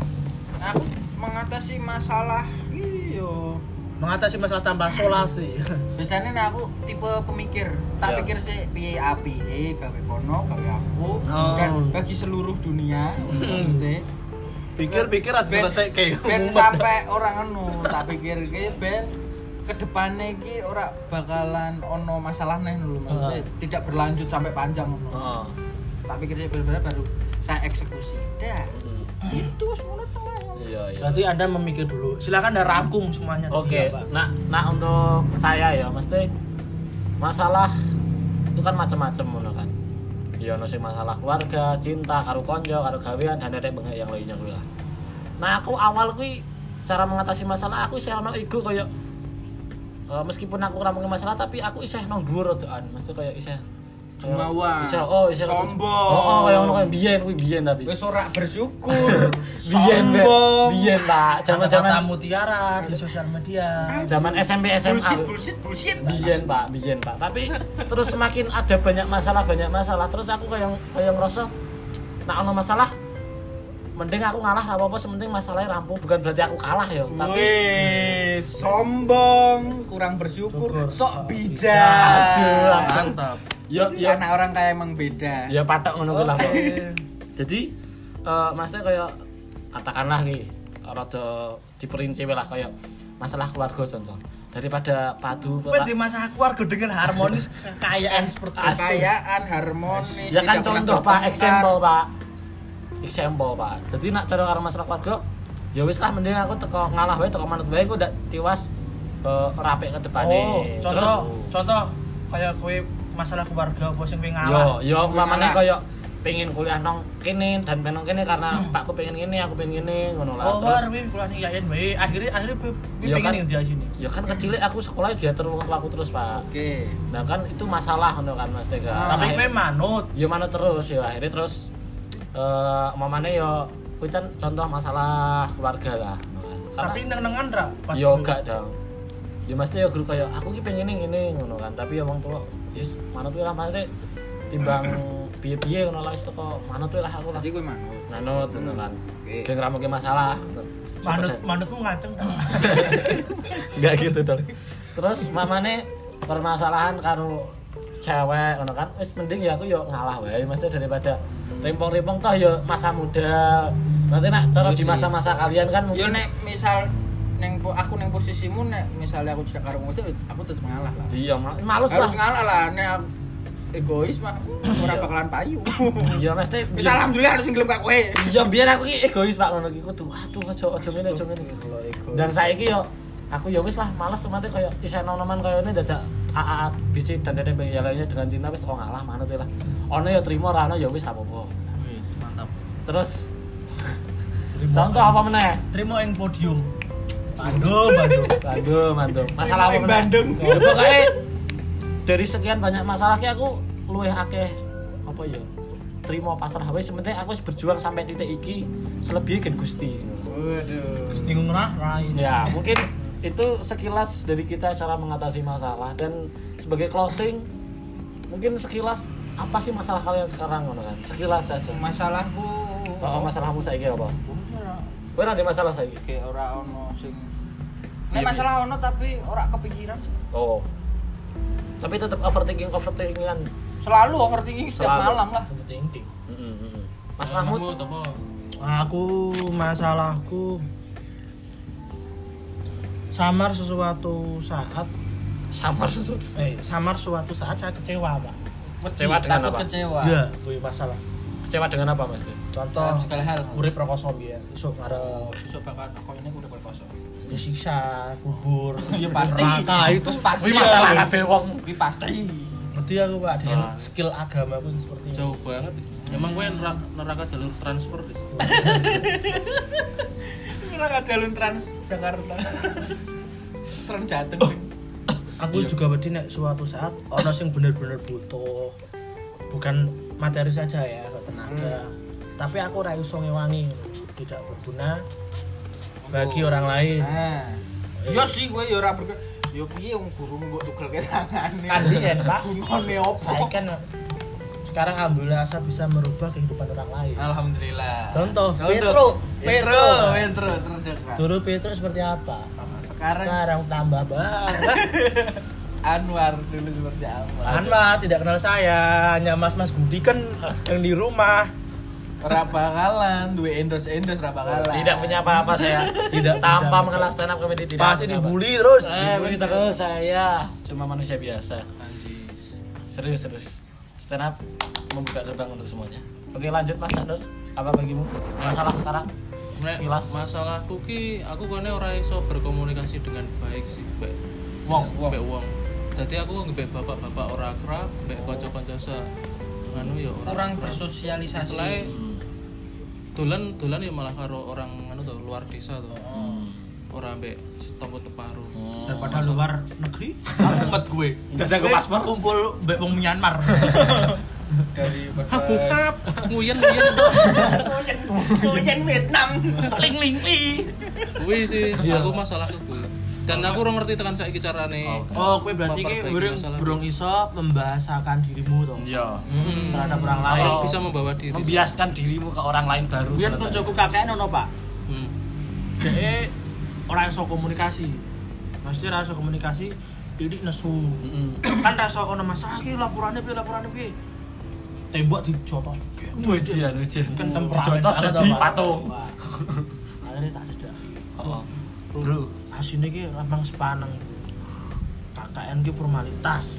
Speaker 4: aku mengatasi masalah iyo
Speaker 2: mengatasi masalah tanpa solasi
Speaker 4: biasanya nih aku tipe pemikir tak
Speaker 1: Ya.
Speaker 4: pikir sih piye api eh, gawe kono gawe aku
Speaker 2: Oh.
Speaker 4: dan bagi seluruh dunia
Speaker 1: Hmm.
Speaker 4: maksudnya
Speaker 2: pikir-pikir harus
Speaker 4: Ben-
Speaker 2: selesai kayak
Speaker 4: ben
Speaker 2: umuman.
Speaker 4: sampai orang anu tak pikir kayak ben kedepannya ki ora bakalan ono masalah nih dulu maksudnya tidak berlanjut sampai panjang ngono.
Speaker 1: Heeh.
Speaker 4: tak pikir sih bener-bener baru saya eksekusi dah itu semua tengah
Speaker 1: Iya iya.
Speaker 2: berarti anda memikir dulu silakan anda rangkum semuanya tadi,
Speaker 1: Oke,
Speaker 2: ya, Pak.
Speaker 1: nah, nah untuk saya ya, mesti masalah itu kan macam-macam ngono kan. Ya ono sing masalah keluarga, cinta, karo konjo, karo gawean dan ada bengek yang lainnya kuwi lah. Nah, aku awal kuwi cara mengatasi masalah aku isih ono ego koyo eh, meskipun aku ora mengenai masalah tapi aku isih nang dhuwur rodokan. Mesti koyo isih kayak-
Speaker 4: Jumawa.
Speaker 1: Isih oh, isih
Speaker 4: Sombong.
Speaker 1: Oh, oh kaya ngono kaya biyen kuwi biyen tapi.
Speaker 4: wes ora bersyukur
Speaker 1: Biyen, Beb.
Speaker 4: sombong
Speaker 1: biyen tak.
Speaker 2: kata-kata
Speaker 1: Zaman-zaman
Speaker 2: mutiara di sosial media
Speaker 1: zaman SMP SMA.
Speaker 4: bullshit bullshit bullshit
Speaker 1: Biyen pak, biyen pak. Tapi terus semakin ada banyak masalah, banyak masalah. Terus aku kayak kayak ngerasa nah ono masalah mending aku ngalah ra apa-apa sementing masalahnya rampung bukan berarti aku kalah ya tapi
Speaker 4: Wih, sombong, kurang bersyukur, sok bijak.
Speaker 1: Aduh,
Speaker 4: mantap.
Speaker 1: ya ya
Speaker 4: Anak orang kayak emang beda.
Speaker 1: ya patok ngono kuwi lah Pak. jadi eh maksudnya kayak katakanlah ki rada diperinci lah kayak masalah keluarga contoh daripada padu
Speaker 2: Wah, di masalah keluarga dengan harmonis kekayaan seperti itu.
Speaker 4: Kekayaan harmonis.
Speaker 1: ya kan
Speaker 4: tidak pernah
Speaker 1: contoh pak
Speaker 4: bertengkar.
Speaker 1: example pak example pak jadi nak cara karo masalah keluarga ya wis lah mending aku teko ngalah wae teko manut wae aku ndak tiwas eh, rapik ke depane
Speaker 2: Oh,
Speaker 1: terus
Speaker 2: contoh, contoh kayak kue masalah keluarga apa sing kowe
Speaker 1: yo
Speaker 2: ngalah.
Speaker 1: yo mamane koyo pengen kuliah nong kene dan pengen nong kene karena pakku pengen ini aku pengen ini ngono lah
Speaker 2: Hmm. Oh,
Speaker 1: terus
Speaker 2: war kowe kuliah ning yayan bae. iya, Akhirnya akhirnya kowe kowe
Speaker 1: Iya
Speaker 2: pengen
Speaker 1: kan?
Speaker 2: ning dia sini.
Speaker 1: ya kan kecil aku sekolah diatur wong tuaku terus pak
Speaker 4: Oke.
Speaker 1: nah kan itu masalah ngono kan mas Tega
Speaker 2: Tapi kowe
Speaker 1: Akhirnya-
Speaker 2: manut.
Speaker 1: ya mana terus ya akhirnya terus eh mamane yo kuwi kan contoh masalah keluarga lah
Speaker 2: Tapi
Speaker 1: Karena-
Speaker 2: neng-nengan ra. pas
Speaker 1: yo
Speaker 2: kowe.
Speaker 1: gak dong ya mesti ya guru kayak aku ki pengen ini ini ngono kan tapi ya wong tua yes mana tuh lah maksudnya timbang piye piye ngono lah wis teko mana tuh lah aku lah
Speaker 4: Jadi gue manut.
Speaker 1: nano ngono kan
Speaker 4: Oke.
Speaker 1: gak ngeramuke masalah
Speaker 2: Manut
Speaker 1: Sampai-
Speaker 2: manutmu ngaceng.
Speaker 1: nggak gitu dong terus mamane permasalahan karo cewek ngono kan wis mending ya aku yo ngalah wae mesti daripada rimpong-rimpong toh yo masa muda nanti nak cara
Speaker 4: Iya
Speaker 1: di
Speaker 4: sih.
Speaker 1: masa-masa kalian kan mungkin
Speaker 4: Yo nek misal neng po- aku neng posisimu nek misalnya aku tidak karo ngoceh aku tetap ngalah lah.
Speaker 1: iya mal- males lah
Speaker 4: Harus ngalah lah nek aku egois mah ora bakalan payu.
Speaker 1: iya mesti
Speaker 4: Bisa alhamdulillah harus ngelem kak kowe.
Speaker 1: iya biar aku ki egois pak ngono ki kudu aduh aja aja ngene aja ngene dan saiki yo aku ya wis lah males mate koyo isen noman koyo ini dadak AA BC dan dede yang lainnya dengan cinta wis kok ngalah manut e lah ono ya trimo ra ono ya wis ra apa-apa
Speaker 3: Wis, mantap.
Speaker 1: terus contoh apa meneh
Speaker 2: Trimo ing podium. Bandung, Bandung.
Speaker 1: Bandung, Bandung. Masalah apa
Speaker 4: Yang
Speaker 1: meneh?
Speaker 4: Bandung.
Speaker 1: Ya pokoknya dari sekian banyak masalah ki aku luwih akeh apa ya? Terima pasrah wis penting aku wis berjuang sampai titik iki selebihnya gen Gusti.
Speaker 4: Waduh.
Speaker 2: Gusti ngunah rai.
Speaker 1: Ya, mungkin itu sekilas dari kita cara mengatasi masalah dan sebagai closing mungkin sekilas apa sih masalah kalian sekarang ngono kan? Sekilas saja.
Speaker 4: Masalahku.
Speaker 1: Oh, masalahmu saiki apa?
Speaker 4: Masalah.
Speaker 1: Kowe ora ada masalah saiki?
Speaker 4: Kayak ora ono sing
Speaker 1: Iya,
Speaker 4: Nek masalah ono tapi ora kepikiran.
Speaker 1: Oh. Tapi tetap overthinking overthinkingan.
Speaker 4: Selalu overthinking setiap
Speaker 1: Selalu.
Speaker 4: malam lah.
Speaker 2: Penting penting.
Speaker 1: Mm-mm, mm-mm. Mas Mahmud
Speaker 3: apa?
Speaker 2: Nah, Aku masalahku samar sesuatu saat
Speaker 1: samar sesuatu
Speaker 2: eh samar suatu saat saya kecewa pak
Speaker 1: Kecewa dengan
Speaker 4: Takut
Speaker 1: apa? Iya.
Speaker 4: Kecewa.
Speaker 2: ya gue masalah
Speaker 1: kecewa dengan apa mas?
Speaker 2: contoh
Speaker 4: Iya. Dalam segala hal.
Speaker 2: urip rokok ya iso ngarep
Speaker 4: Besok bakal aku ini udah berkosong.
Speaker 2: disiksa kubur
Speaker 4: Iya pasti.
Speaker 2: neraka itu
Speaker 4: pasti.
Speaker 1: Wih masalah kabeh wong
Speaker 4: Tapi pasti.
Speaker 2: berarti aku pak dengan
Speaker 3: Ah.
Speaker 2: skill agama aku seperti itu
Speaker 3: Jauh banget. Emang gue neraka, neraka jalur transfer Dis.
Speaker 4: Neraka jalur trans Jakarta. Trans Jateng.
Speaker 2: aku juga berarti nek suatu saat orang yang bener-bener butuh bukan materi saja ya atau tenaga tapi aku rayu iso ngewangi tidak berguna bagi orang lain
Speaker 4: Nah. Yo sih gue yo ora berke. Yo piye wong guru mbok tukel ke tangane.
Speaker 2: Kan iya, Pak.
Speaker 4: Gunane
Speaker 2: saya
Speaker 4: opo?
Speaker 2: kan sekarang ambil asa bisa merubah kehidupan orang lain
Speaker 4: Alhamdulillah.
Speaker 2: Contoh, Petro.
Speaker 4: Petro. Petro, Petro terdekat.
Speaker 2: dulu Petrus seperti apa
Speaker 4: Sekarang
Speaker 2: sekarang tambah banget
Speaker 4: Anwar dulu seperti apa?
Speaker 2: Anwar tidak kenal saya hanya mas mas Budi kan yang di rumah
Speaker 4: Ora bakalan duwe endorse-endorse ora bakalan.
Speaker 1: tidak punya apa-apa saya
Speaker 2: Tidak
Speaker 1: tanpa
Speaker 2: punya.
Speaker 1: mengenal stand up comedy tidak
Speaker 2: pasti
Speaker 1: punya apa.
Speaker 2: dibully terus
Speaker 1: dibully Eh, terus saya cuma manusia biasa
Speaker 4: Anjis.
Speaker 1: serius serius stand up membuka gerbang untuk semuanya oke lanjut mas Anur apa bagimu masalah sekarang
Speaker 3: Nek
Speaker 1: Sekilas.
Speaker 3: masalahku ki aku kene ora iso berkomunikasi dengan baik sih, Mbak.
Speaker 1: Wong,
Speaker 3: Mbak wong. Dadi aku mbek bapak-bapak ora kerap, mbek kanca-kanca se anu ya ora
Speaker 4: Kurang
Speaker 3: kerap.
Speaker 4: bersosialisasi.
Speaker 3: Istilahnya
Speaker 2: Hmm,
Speaker 3: dolan dolan ya malah karo orang anu to luar desa to. Ora mbek setonggo teparu.
Speaker 2: daripada luar negeri umat gue
Speaker 1: Nggak jago paspor.
Speaker 2: kumpul mbak wong Myanmar
Speaker 4: Dari
Speaker 3: Aku kap nguyen nguyen.
Speaker 4: Kuyen Vietnam.
Speaker 1: ling Iya. ling ling
Speaker 3: Kuwi sih aku masalahku kuwi. Dan aku ora ngerti tekan saiki carane.
Speaker 1: Oke.
Speaker 2: Oh, kowe berarti iki
Speaker 3: Memperbaiki
Speaker 2: burung
Speaker 3: masalah.
Speaker 2: burung iso membahasakan dirimu to.
Speaker 1: Iya.
Speaker 3: Mm-mm.
Speaker 2: Terhadap orang lain.
Speaker 3: Orang bisa membawa diri.
Speaker 1: Membiaskan dirimu ke orang lain baru.
Speaker 2: Biar
Speaker 1: ternyata.
Speaker 2: koncoku kakeknya ono, Pak.
Speaker 3: Hmm.
Speaker 2: Dek orang iso komunikasi. Maksudnya ora iso komunikasi, didik nesu.
Speaker 1: Hmm,
Speaker 2: Kan ra iso ono masalah iki laporane piye laporane piye. Tembok dijotos.
Speaker 1: Ujian, ujian.
Speaker 2: Kan temperamen
Speaker 1: Dijotos
Speaker 2: banget,
Speaker 1: jadi
Speaker 2: Pak.
Speaker 1: patung.
Speaker 2: Wah. Akhirnya tak cedak.
Speaker 1: Oh. Bro,
Speaker 2: asine iki emang sepaneng KKN ki formalitas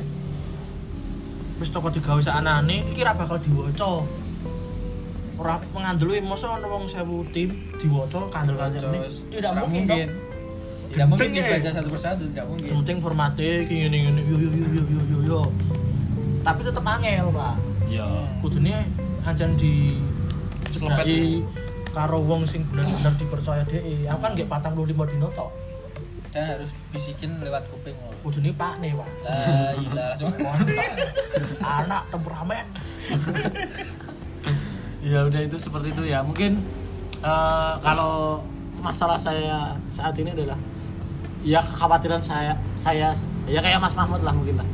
Speaker 2: wis toko digawe saknane iki ra bakal diwaca ora ngandel we mosok ana wong 1000 tim diwaca kandel kandel tidak mungkin dong
Speaker 5: Tidak mungkin
Speaker 2: Gendeng,
Speaker 5: dibaca
Speaker 2: eh.
Speaker 5: satu persatu, tidak mungkin.
Speaker 2: penting formatnya iki ngene ngene yo yo yo yo yo yo yo tapi tetep angel Pak
Speaker 1: ya.
Speaker 2: kudune anjan di
Speaker 1: Selopet.
Speaker 2: cedai karo wong sing bener-bener dipercaya dhek aku kan nggih 45 dino tok
Speaker 5: Dan harus bisikin lewat kuping lo.
Speaker 2: kudune pak nih Pak
Speaker 5: Lah, gila langsung
Speaker 2: anak temperamen
Speaker 1: Ya udah itu seperti itu ya. Mungkin eh, kalau masalah saya saat ini adalah ya kekhawatiran saya saya ya kayak Mas Mahmud lah mungkin lah.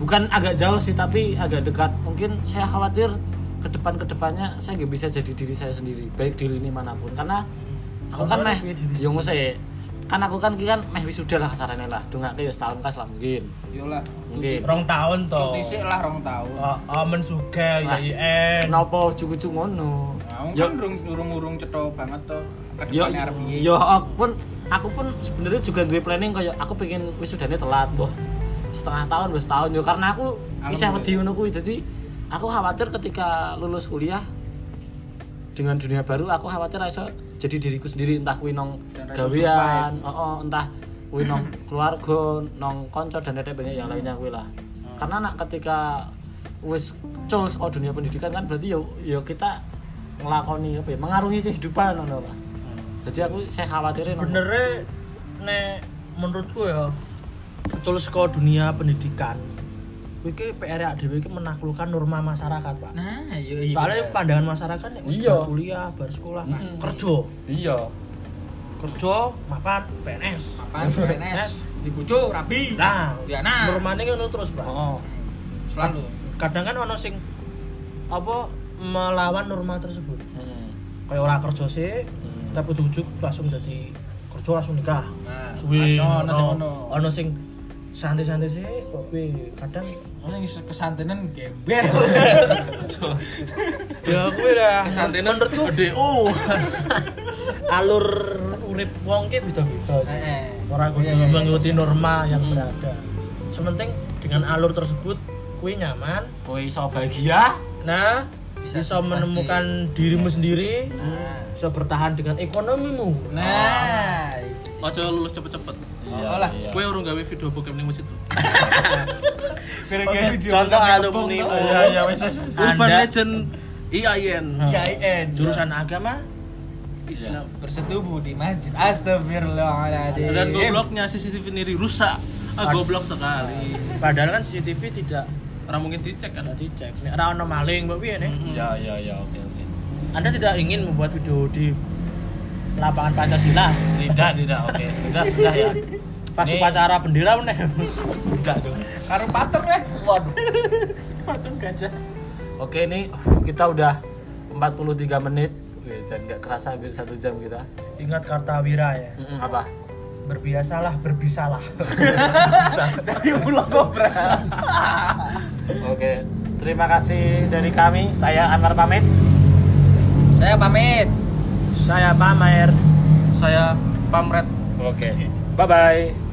Speaker 1: Bukan agak jauh sih tapi agak dekat. Mungkin saya khawatir ke depan kedepannya saya nggak bisa jadi diri saya sendiri baik di lini manapun karena aku kan meh yo ngose kan aku kan ki kan meh wisuda lah kasarannya lah dongake yo setahun kas lah mungkin
Speaker 5: Yolah,
Speaker 1: mungkin
Speaker 2: rong tahun toh
Speaker 5: cuti sih lah rong tahun.
Speaker 2: Ah, amen suge ya, iya.
Speaker 1: Lah,
Speaker 2: YIN
Speaker 1: kenapa cucu-cucu ngono Ya,
Speaker 5: Nah,
Speaker 1: Yo-
Speaker 5: kan urung-urung cetok banget toh.
Speaker 1: yo
Speaker 5: Kedepannya arep piye.
Speaker 1: yo aku pun aku pun sebenarnya juga duwe planning kayak aku pengen wisudane telat kok
Speaker 5: Hmm.
Speaker 1: setengah tahun wis tahun yo karena aku isih wedi ngono kuwi jadi aku khawatir ketika lulus kuliah dengan dunia baru aku khawatir ra iso jadi diriku sendiri entah kuwi nong
Speaker 5: Dan ra iso
Speaker 1: gawean oh, entah kuwi nong keluarga nong konco dan ada banyak yang lainnya kuwi lah
Speaker 5: Hmm.
Speaker 1: karena nak ketika wis cul saka dunia pendidikan kan berarti yo yo kita ngelakoni apa ya mengarungi kehidupan ngono lah jadi aku saya khawatirin ngono.
Speaker 2: benernya nek menurutku ya betul saka dunia pendidikan kuwi ki PR dhewe iki menaklukkan norma masyarakat Pak
Speaker 5: Nah, yo iya.
Speaker 2: soalnya pandangan masyarakat nek wis
Speaker 1: Iya.
Speaker 2: bar kuliah bar sekolah kerja
Speaker 1: iya
Speaker 2: kerja mapan PNS
Speaker 5: Apaan, PNS, dibujuk rapi.
Speaker 2: nah
Speaker 5: Ya, nah.
Speaker 2: normane ngono terus Pak
Speaker 1: oh
Speaker 5: Selalu.
Speaker 2: kadang kan ono sing apa melawan norma tersebut
Speaker 1: Hmm.
Speaker 2: kayak orang kerja sih tapi diujuk langsung jadi kerja langsung nikah
Speaker 5: Nah,
Speaker 2: suwe
Speaker 5: ono,
Speaker 4: oh.
Speaker 5: ono sing ono.
Speaker 2: ono sing santai-santai sih kok kuwi kadang
Speaker 5: Ono yang kesantenan gember.
Speaker 2: ya kuwi lah
Speaker 3: Kesantenan gede. Oh.
Speaker 2: alur urip wong ki beda-beda sih
Speaker 5: Heeh. Iya,
Speaker 2: orang kudu mengikuti norma yang
Speaker 5: Hmm.
Speaker 2: berada sementing dengan alur tersebut kuwi nyaman
Speaker 1: kowe iso bahagia
Speaker 2: nah
Speaker 5: Bisa
Speaker 2: bisa,
Speaker 5: sukses
Speaker 2: menemukan dirimu sendiri
Speaker 5: Nah.
Speaker 2: bisa bertahan dengan ekonomimu
Speaker 5: Nah,
Speaker 3: Aja lulus cepet-cepet.
Speaker 1: iya
Speaker 5: lah.
Speaker 1: iya.
Speaker 3: Kowe urung gawe video bokep ning masjid.
Speaker 5: gara-gara video
Speaker 2: contoh anu
Speaker 5: nonton
Speaker 2: alumni
Speaker 5: gebong,
Speaker 2: mu.
Speaker 1: iya iya wes wes wes.
Speaker 3: Urban
Speaker 2: Anda-
Speaker 3: Legend E IAIN.
Speaker 4: Hmm.
Speaker 5: toh. IAIN.
Speaker 2: jurusan agama
Speaker 3: Islam.
Speaker 5: bersetubuh di masjid.
Speaker 4: Ya.
Speaker 5: Astagfirullahaladzim.
Speaker 3: Dan gobloknya CCTV ini rusak. Ah, goblok sekali.
Speaker 2: padahal kan CCTV tidak
Speaker 3: Orang mungkin dicek kan.
Speaker 2: tidak dicek nek ora ono maling mbok piye nih
Speaker 1: iya iya iya oke oke
Speaker 2: Anda tidak ingin membuat video di lapangan Pancasila
Speaker 1: tidak tidak oke sudah sudah ya
Speaker 2: pas
Speaker 1: Nih.
Speaker 2: upacara bendera meneh
Speaker 1: tidak dong
Speaker 5: Karo pater ya.
Speaker 1: waduh
Speaker 2: patung gajah
Speaker 1: Oke ini kita udah 43 menit Wih, dan nggak kerasa hampir satu jam kita
Speaker 2: ingat Kartawira ya
Speaker 1: Mm-mm, apa
Speaker 2: berbiasalah berbisalah
Speaker 5: Dari ulo kobra.
Speaker 1: oke terima kasih dari kami saya Anwar pamit
Speaker 5: Saya pamit.
Speaker 2: saya pamer
Speaker 3: Saya pamret
Speaker 1: oke bye bye